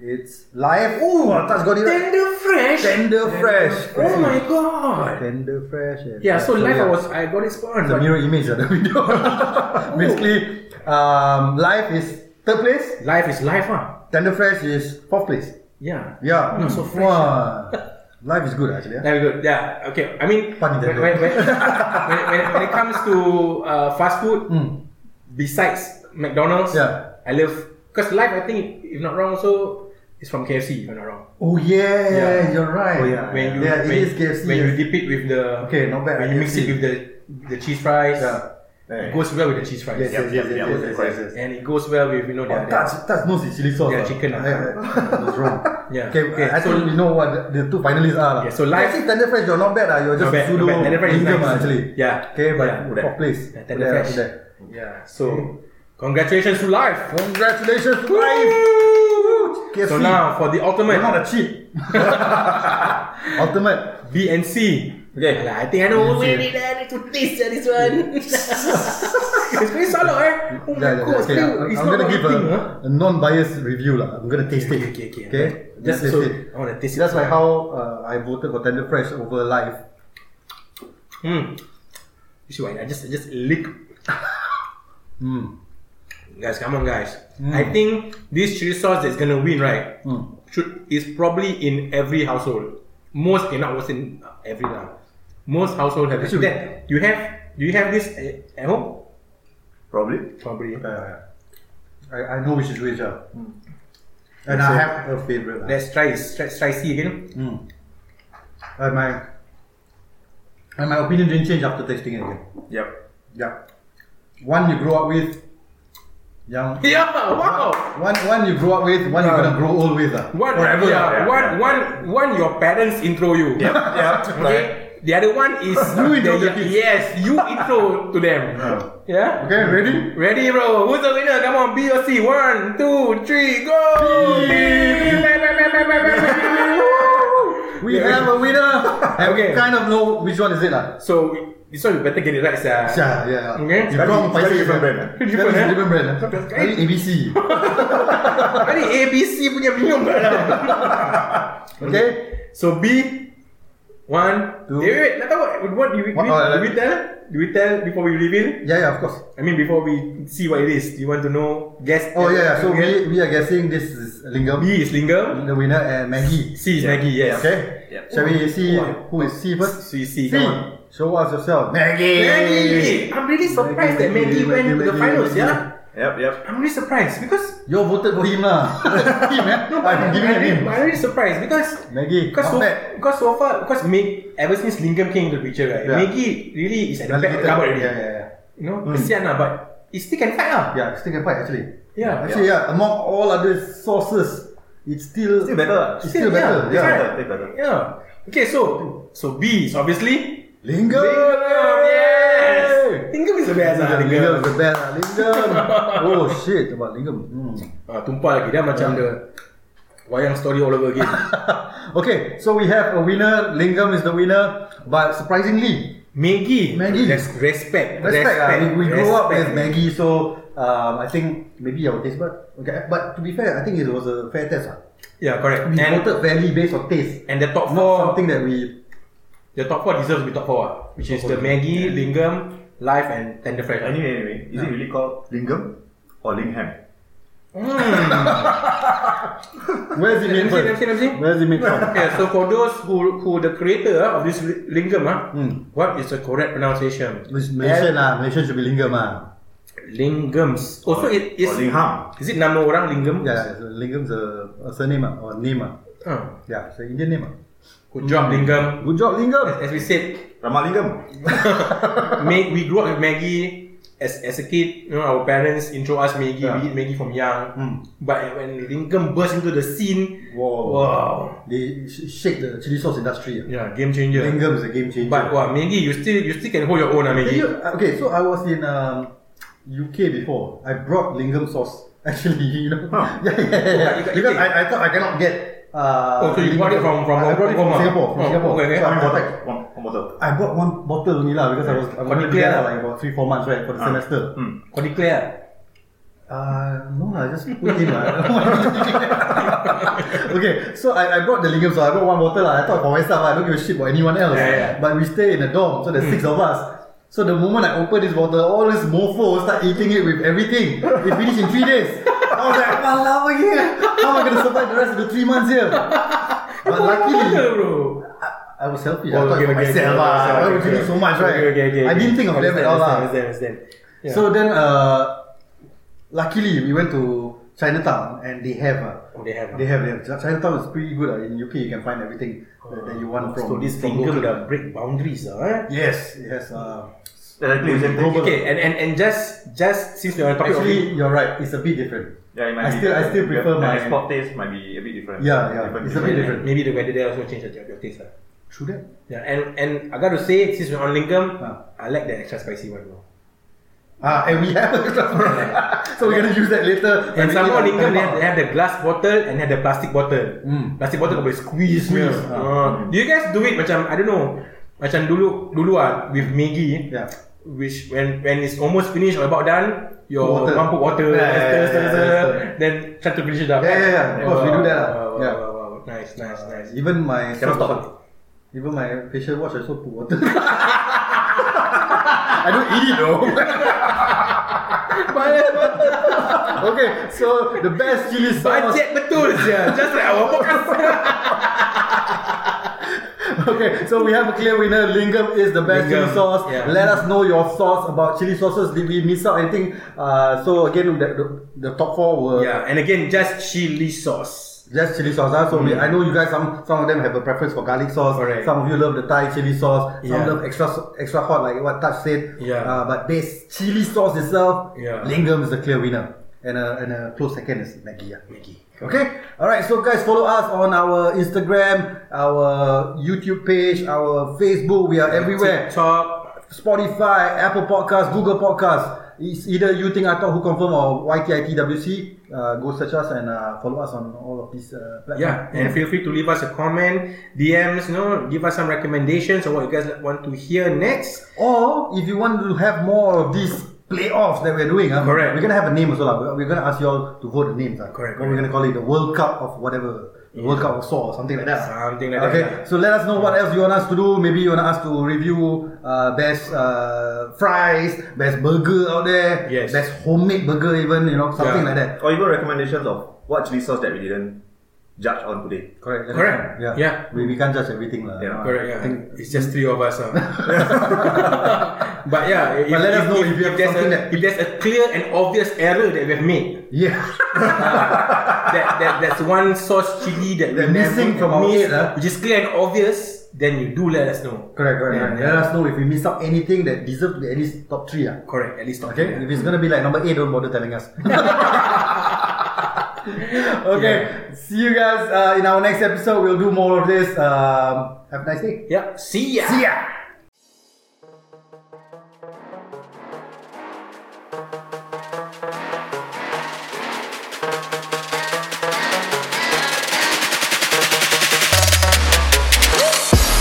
Speaker 1: It's Oh, live. Ooh, Atas got it right.
Speaker 2: Tender fresh.
Speaker 1: Tender fresh.
Speaker 2: Oh my god.
Speaker 1: Tender fresh. and-
Speaker 2: Yeah, so live
Speaker 1: yeah.
Speaker 2: I was I got it spawned.
Speaker 1: It's a
Speaker 2: But
Speaker 1: mirror image of the
Speaker 2: *laughs*
Speaker 1: video. *laughs* Basically, um, live is third place.
Speaker 2: life is life, ah.
Speaker 1: Tender fresh is fourth place.
Speaker 2: Yeah.
Speaker 1: Yeah. Mm.
Speaker 2: Not Oh, so fresh.
Speaker 1: Wow. Life is good actually. eh?
Speaker 2: There we go. Yeah. Okay. I mean,
Speaker 1: Pun
Speaker 2: when,
Speaker 1: intended.
Speaker 2: when, when, *laughs* when, when, when it comes to uh, fast food,
Speaker 1: Mm.
Speaker 2: besides McDonald's,
Speaker 1: Yeah.
Speaker 2: I love because life. I think if not wrong, also is from KFC. If I'm not wrong.
Speaker 1: Oh yeah,
Speaker 2: Yeah.
Speaker 1: you're right.
Speaker 3: Oh, yeah.
Speaker 2: when you
Speaker 1: yeah,
Speaker 2: when,
Speaker 1: it is KFC.
Speaker 2: when you
Speaker 1: yes.
Speaker 2: dip it with the
Speaker 1: Okay, not bad,
Speaker 2: when you mix
Speaker 1: KFC.
Speaker 2: it with the the cheese fries
Speaker 1: Yeah.
Speaker 2: it goes well with the cheese fries
Speaker 1: Yes, yes, yes,
Speaker 3: Yep, yep,
Speaker 1: yes,
Speaker 3: yep,
Speaker 1: yes,
Speaker 3: correct.
Speaker 1: yes, yes.
Speaker 2: and it goes well with you know the,
Speaker 1: Oh,
Speaker 2: the-
Speaker 1: that's that's no chili sauce.
Speaker 2: Yeah,
Speaker 1: ah.
Speaker 2: chicken, ah.
Speaker 1: Yeah,
Speaker 2: *laughs*
Speaker 1: yeah. That's wrong.
Speaker 2: Yeah.
Speaker 1: Okay,
Speaker 2: Okay,
Speaker 1: I
Speaker 2: so-
Speaker 1: think we know what the, the two finalists are. lah.
Speaker 2: Yeah, so live-
Speaker 1: Actually, tender fresh, you're not bad. ah. You're just
Speaker 2: Not bad,
Speaker 1: pseudo
Speaker 2: not bad. Tender Fresh is
Speaker 1: medium,
Speaker 2: nice.
Speaker 1: ah, actually.
Speaker 2: Yeah.
Speaker 1: Okay, but
Speaker 2: Yeah.
Speaker 1: fourth
Speaker 3: Correct.
Speaker 1: place.
Speaker 2: Yeah, Tender
Speaker 1: There,
Speaker 2: Fresh.
Speaker 1: there.
Speaker 2: yeah so congratulations to life
Speaker 1: Mm-hmm. Congratulations,
Speaker 2: *laughs*
Speaker 1: live. KFC.
Speaker 2: so now for the
Speaker 1: You're not
Speaker 2: ultimate
Speaker 1: a cheat. *laughs* Ultimate.
Speaker 2: B and C
Speaker 3: Okay.
Speaker 2: Alah, I think I know
Speaker 1: B and
Speaker 2: where
Speaker 1: C.
Speaker 2: it is. I need to taste ah, this one *laughs* it's very solid eh oh my
Speaker 1: Yeah, yeah,
Speaker 2: god
Speaker 1: okay,
Speaker 2: still,
Speaker 1: I'm,
Speaker 2: it's
Speaker 1: I'm
Speaker 2: not
Speaker 1: gonna give a,
Speaker 2: working, huh?
Speaker 1: a non-biased review lah. I'm gonna taste
Speaker 2: okay
Speaker 1: it.
Speaker 2: okay okay,
Speaker 1: okay?
Speaker 2: just
Speaker 1: taste
Speaker 2: so
Speaker 1: it.
Speaker 2: I want to taste it
Speaker 1: That's like how uh, I voted for Tender Fresh over Live.
Speaker 2: Hmm. You see why? I just I just lick.
Speaker 1: Hmm.
Speaker 2: Guys, come on, guys. I think this chili sauce that's gonna win, right?
Speaker 1: Hmm.
Speaker 2: Should is probably in every household. Most, okay, not was in every now. Most household have
Speaker 1: Actually,
Speaker 2: it. Then, you have do you have this at, at home?
Speaker 3: probably.
Speaker 2: Probably.
Speaker 1: Uh, I, I know which is which. ah. And I
Speaker 2: Hmm. So-
Speaker 1: have a favorite. lah.
Speaker 2: Let's try let's, let's try C again.
Speaker 1: Hmm. And my and my opinion didn't change after tasting it again. *laughs*
Speaker 3: Yep.
Speaker 1: Yeah. One you grow up with. Yang
Speaker 2: *laughs* Yeah! Wow.
Speaker 1: One, one you grow up with, one you're gonna grow old with. ah.
Speaker 2: One,
Speaker 3: Forever,
Speaker 2: yeah,
Speaker 3: yeah,
Speaker 2: one,
Speaker 3: yeah.
Speaker 2: one, one. Your parents intro you.
Speaker 3: Yep. yep. Like,
Speaker 2: *laughs* Okay. The other one is
Speaker 1: *laughs* You intro the
Speaker 2: the-
Speaker 1: kids.
Speaker 2: Yes, you intro to them.
Speaker 3: um,
Speaker 2: yeah?
Speaker 1: Okay, ready?
Speaker 2: Ready, bro? Who's the winner? Come on, B or C? One, two, three, go! B!
Speaker 1: We have a winner. And
Speaker 2: *laughs* Okay.
Speaker 1: we *laughs* kind of know which one is it lah.
Speaker 2: So this one you better get it right, sir. *laughs*
Speaker 1: Yeah, yeah.
Speaker 2: Okay.
Speaker 1: You wrong,
Speaker 3: Very
Speaker 1: Faisal.
Speaker 3: different brand, eh?
Speaker 2: Different, eh?
Speaker 1: different brand. eh? Ini ABC.
Speaker 2: *laughs* Ini ABC punya bingung tak lah.
Speaker 1: Okay.
Speaker 2: *laughs* So B One
Speaker 1: Two.
Speaker 2: Two. Wait, wait, nak tahu What do we,
Speaker 1: What-
Speaker 2: we,
Speaker 1: oh,
Speaker 2: do we tell? Do we tell before we reveal?
Speaker 1: Yeah, yeah, of course.
Speaker 2: I mean before we see what it is Do you want to know? Guess
Speaker 1: Oh yeah, yeah. so
Speaker 2: guess.
Speaker 1: we, we are guessing this is Lingam,
Speaker 2: B is Lingam
Speaker 1: the winner, and Maggie.
Speaker 2: C is Maggie, yes
Speaker 1: Okay.
Speaker 3: Yeah.
Speaker 1: Shall we see
Speaker 2: Oh.
Speaker 1: who is C first?
Speaker 2: So you see
Speaker 1: C. Show us yourself. Maggie.
Speaker 2: Maggie! I'm really surprised that
Speaker 1: Maggie,
Speaker 2: Maggie, went to the
Speaker 1: Maggie,
Speaker 2: finals,
Speaker 1: Maggie.
Speaker 2: yeah?
Speaker 3: Yep, yep.
Speaker 2: I'm really surprised because
Speaker 1: You all voted for him
Speaker 2: *laughs*
Speaker 1: lah. him, eh?
Speaker 2: No, but
Speaker 1: I'm
Speaker 2: I'm,
Speaker 1: giving it
Speaker 2: really,
Speaker 1: him.
Speaker 2: I'm really surprised because
Speaker 1: Maggie,
Speaker 2: Because
Speaker 1: not
Speaker 2: so,
Speaker 1: bad.
Speaker 2: because so far, because Meg, ever since Lingam came into the picture, right,
Speaker 1: Yeah.
Speaker 2: Maggie really is at the back
Speaker 1: Relegated.
Speaker 2: of the cupboard already.
Speaker 1: Yeah, Hmm. yeah, yeah.
Speaker 2: You know, kesian lah, but he still can fight lah.
Speaker 1: Yeah, still can fight actually.
Speaker 2: Yeah.
Speaker 1: Actually, yeah. Among all other sources, it's still
Speaker 3: Still better lah.
Speaker 1: It's still better.
Speaker 3: Still
Speaker 1: Yeah.
Speaker 3: better, still better.
Speaker 2: Yeah. Okay, so so B is obviously
Speaker 1: Lingam.
Speaker 2: yes. Lingam is the best lah.
Speaker 1: Lingam, Lingam
Speaker 2: Lingam.
Speaker 1: is the best lah. Lingam.
Speaker 2: *laughs*
Speaker 1: oh shit about Lingam. Hmm.
Speaker 2: Ah, tumpah lagi dah macam the wayang story all over again.
Speaker 1: *laughs* Okay, so we have a winner. Lingam is the winner, but surprisingly,
Speaker 2: *laughs* Maggie,
Speaker 1: Maggie.
Speaker 2: res- respect,
Speaker 1: respect. ah, we, we grew up with
Speaker 2: respect.
Speaker 1: Maggie, so um, I think maybe our taste bud. Okay, but to be fair, I think it was a fair test. Ah,
Speaker 2: Yeah, correct.
Speaker 1: we
Speaker 2: And
Speaker 1: voted fairly based on taste,
Speaker 2: and the
Speaker 1: not
Speaker 2: top four,
Speaker 1: something that we.
Speaker 2: the top four deserves to be top four, ah, which is the Maggie, Lingam, Life, and Tender Fresh. ah.
Speaker 3: Anyway, anyway, is it really called Lingam or Lingham?
Speaker 1: Where's it made
Speaker 2: Let me see,
Speaker 1: from?
Speaker 2: let me see, let me see.
Speaker 1: Where's it made
Speaker 2: *laughs*
Speaker 1: from?
Speaker 2: Yeah, so for those who who the creator ah, of this li- lingam ah,
Speaker 1: Hmm.
Speaker 2: what is the correct pronunciation?
Speaker 1: It's Malaysian lah. Malaysian should be Lingam ah.
Speaker 2: Lingams. Also, it is
Speaker 3: Or Lingham?
Speaker 2: is it nama orang lingam?
Speaker 1: Yeah, so Lingam's a, a surname ah, or name ah.
Speaker 2: Ah,
Speaker 1: Yeah, it's an Indian name ah.
Speaker 2: good job, lingam.
Speaker 1: Good job, Lingam.
Speaker 2: As we said,
Speaker 3: Ramah Lingam?
Speaker 2: *laughs* Mag, we grew up with Maggie as as a kid. You know, our parents intro us Maggie.
Speaker 1: Yeah.
Speaker 2: We eat Maggie from young.
Speaker 1: Hmm.
Speaker 2: But when lingam burst into the scene,
Speaker 1: Wow.
Speaker 2: wow,
Speaker 1: They sh- shake the chili sauce industry. ah.
Speaker 2: yeah, game changer.
Speaker 1: Lingam is a game changer.
Speaker 2: But wow, Maggie, you still you still can hold your own, ah,
Speaker 1: Can
Speaker 2: Maggie.
Speaker 1: you, okay, so I was in um, UK before. I brought lingam sauce. *laughs* Actually, you know,
Speaker 3: Huh.
Speaker 1: *laughs* yeah, yeah, yeah, yeah.
Speaker 2: Oh, you got-
Speaker 1: because
Speaker 2: okay.
Speaker 1: I, I thought I cannot get. Uh,
Speaker 2: Oh, so you brought it from- from-
Speaker 1: I brought it from
Speaker 2: from-
Speaker 1: Singapore. From
Speaker 2: oh,
Speaker 1: Singapore.
Speaker 2: okay, okay.
Speaker 1: So
Speaker 3: One
Speaker 1: I'm
Speaker 3: bottle.
Speaker 1: like,
Speaker 3: One, one bottle.
Speaker 1: I brought one bottle only lah because I was I wanted to be
Speaker 2: Clear.
Speaker 1: there lah, like about three four months right for
Speaker 2: Ah.
Speaker 1: the semester.
Speaker 3: Hmm.
Speaker 2: Kau declare.
Speaker 1: Uh, no lah, *laughs* just put him lah. okay, so I, I brought the lingam, so I brought one bottle lah. I thought for myself, I don't give a shit about anyone else.
Speaker 2: Yeah, yeah.
Speaker 1: But we stay in a dorm, so there's six of us. So the moment I open this bottle, all this mofo start eating it with everything. It finished in three days. I was like, wow, yeah. How am I gonna survive the rest of the three months here? But
Speaker 2: Betul,
Speaker 1: luckily,
Speaker 2: bro.
Speaker 1: I was selfish. I
Speaker 2: Oh,
Speaker 1: thought
Speaker 2: okay,
Speaker 1: for
Speaker 2: okay, okay,
Speaker 1: myself.
Speaker 2: okay,
Speaker 1: lah.
Speaker 2: okay,
Speaker 1: Why would you
Speaker 2: okay.
Speaker 1: eat so much, right?
Speaker 2: Okay, okay, okay,
Speaker 1: I didn't
Speaker 2: okay.
Speaker 1: think of them at
Speaker 2: Understand,
Speaker 1: all. ah. lah.
Speaker 2: Understand, understand. Yeah.
Speaker 1: So then, uh, luckily we went to Chinatown and they have uh,
Speaker 2: Oh, they have,
Speaker 1: they have they have Chi- Chinatown is pretty good uh, in UK. You can find everything that, that you want from.
Speaker 2: Oh, so this
Speaker 1: from
Speaker 2: lingam
Speaker 1: local.
Speaker 2: dah break boundaries lah. Eh?
Speaker 1: Yes, it has. Uh,
Speaker 3: Then I play with
Speaker 1: Global.
Speaker 3: them.
Speaker 2: Okay, and, and and just just since we are on the topic
Speaker 1: actually, you're right. It's a bit different.
Speaker 3: Yeah, it might
Speaker 1: I
Speaker 3: be
Speaker 1: still- I still
Speaker 3: the-
Speaker 1: prefer
Speaker 3: the
Speaker 1: my-
Speaker 3: export taste might be a bit different.
Speaker 1: Yeah, yeah. It's a
Speaker 2: of
Speaker 3: Different,
Speaker 1: bit
Speaker 3: different.
Speaker 1: different.
Speaker 2: maybe the weather there also change the your taste ah. lah.
Speaker 1: True that.
Speaker 2: Yeah, and and I got to say since we're on lingam,
Speaker 1: Ah.
Speaker 2: I like the extra spicy one more.
Speaker 1: Ah, and we *laughs* have so we're gonna use that later. when
Speaker 2: And
Speaker 1: we
Speaker 2: some
Speaker 1: eat
Speaker 2: more
Speaker 1: our
Speaker 2: lingam they have,
Speaker 1: kebab.
Speaker 2: they have the glass bottle and they have the plastic bottle.
Speaker 1: Mm.
Speaker 2: Plastic bottle kau boleh squeeze.
Speaker 1: Squeeze,
Speaker 2: punya.
Speaker 1: ah.
Speaker 2: Ah. Do you guys do it macam I don't know macam dulu dulu ah with Maggie
Speaker 1: Yeah.
Speaker 2: which when when it's almost finished or about done, your
Speaker 1: Water.
Speaker 2: water. one put water,
Speaker 1: Yeah, yeah, yeah,
Speaker 2: stir, stir,
Speaker 1: yeah,
Speaker 2: stir,
Speaker 1: yeah, stir.
Speaker 2: then try to finish it up.
Speaker 1: Yeah, yeah, yeah. Of course, we do that lah.
Speaker 2: Wow, wow,
Speaker 1: Yeah.
Speaker 2: wow, wow, wow. Nice, nice, nice.
Speaker 1: Even my
Speaker 2: Cannot stop.
Speaker 1: even my facial wash also put water. *laughs* I don't eat it though. Okay, so the best chili sauce.
Speaker 2: Budget
Speaker 1: *laughs*
Speaker 2: betul je. Just like our podcast.
Speaker 1: Okay, so we have a clear winner. Lingam is the best chili
Speaker 2: Lingam,
Speaker 1: sauce.
Speaker 2: yeah.
Speaker 1: Let us know your thoughts about chili sauces. Did we miss out anything? Uh, so again, the, the, the top four were
Speaker 2: yeah, and again, just chili sauce.
Speaker 1: just chili sauce. ah. So we, I know you guys some some of them have a preference for garlic sauce.
Speaker 2: Mm. Correct.
Speaker 1: Some of you love the Thai chili sauce. Some
Speaker 2: Yeah.
Speaker 1: love extra so- extra hot, like what Touch said.
Speaker 2: Yeah.
Speaker 1: Uh, but base chili sauce itself,
Speaker 2: Yeah.
Speaker 1: Lingam is the clear winner. And a, and a close second is Maggie. yeah.
Speaker 2: Maggie.
Speaker 1: Okay. All right. So guys, follow us on our Instagram, our YouTube page, our Facebook. We are everywhere.
Speaker 2: TikTok.
Speaker 1: Spotify, Apple Podcasts, Google Podcasts. It's either you think I thought who confirm or YTITWC. Uh, go search us and uh, follow us on all of these uh, platforms.
Speaker 2: Yeah, and feel free to leave us a comment, DMs, you know, give us some recommendations on what you guys want to hear next.
Speaker 1: Or if you want to have more of these playoffs that we're doing, huh?
Speaker 2: Correct.
Speaker 1: we're going to have a name as well. Huh? We're- We're going to ask you all to vote the names. Huh?
Speaker 2: Correct,
Speaker 1: What We're going to call it the World Cup of whatever. the World Cup of Saw or something like that. huh?
Speaker 2: Something like
Speaker 1: okay,
Speaker 2: that, yeah.
Speaker 1: so let us know what else you want us to do. Maybe you want us to review uh, best uh, fries, best burger out there,
Speaker 2: Yes.
Speaker 1: best homemade burger even, you know, something
Speaker 2: Yeah.
Speaker 1: like that.
Speaker 3: Or even recommendations of what chili sauce that we didn't judge on today.
Speaker 1: Correct. that's
Speaker 2: Correct.
Speaker 1: right. Yeah.
Speaker 2: Yeah.
Speaker 1: We, we can't judge everything. lah.
Speaker 3: Yeah,
Speaker 1: Uh,
Speaker 2: Correct,
Speaker 1: I
Speaker 2: yeah.
Speaker 1: think-
Speaker 2: it's just three of us.
Speaker 1: *laughs*
Speaker 2: Uh. *laughs* but yeah, if,
Speaker 1: But let us know if you have
Speaker 2: there's a,
Speaker 1: something that-
Speaker 2: if there's a clear and obvious error that we have made,
Speaker 1: *laughs* *laughs* yeah.
Speaker 2: *laughs* that, that that's one sauce chili that we
Speaker 1: That missing
Speaker 2: never
Speaker 1: from
Speaker 2: missed,
Speaker 1: it, ah.
Speaker 2: which is clear and obvious, then you do let us know.
Speaker 1: correct, correct.
Speaker 2: Yeah,
Speaker 1: correct.
Speaker 2: yeah.
Speaker 1: Let us know if we miss out anything that deserves to be at least top three. ah.
Speaker 2: Correct, at least
Speaker 1: Okay? If it's gonna be like number eight, don't bother telling us. *laughs* okay. See you guys uh, in our next episode. We'll do more of this. Um, have a nice day.
Speaker 2: Yeah, see ya.
Speaker 1: See ya.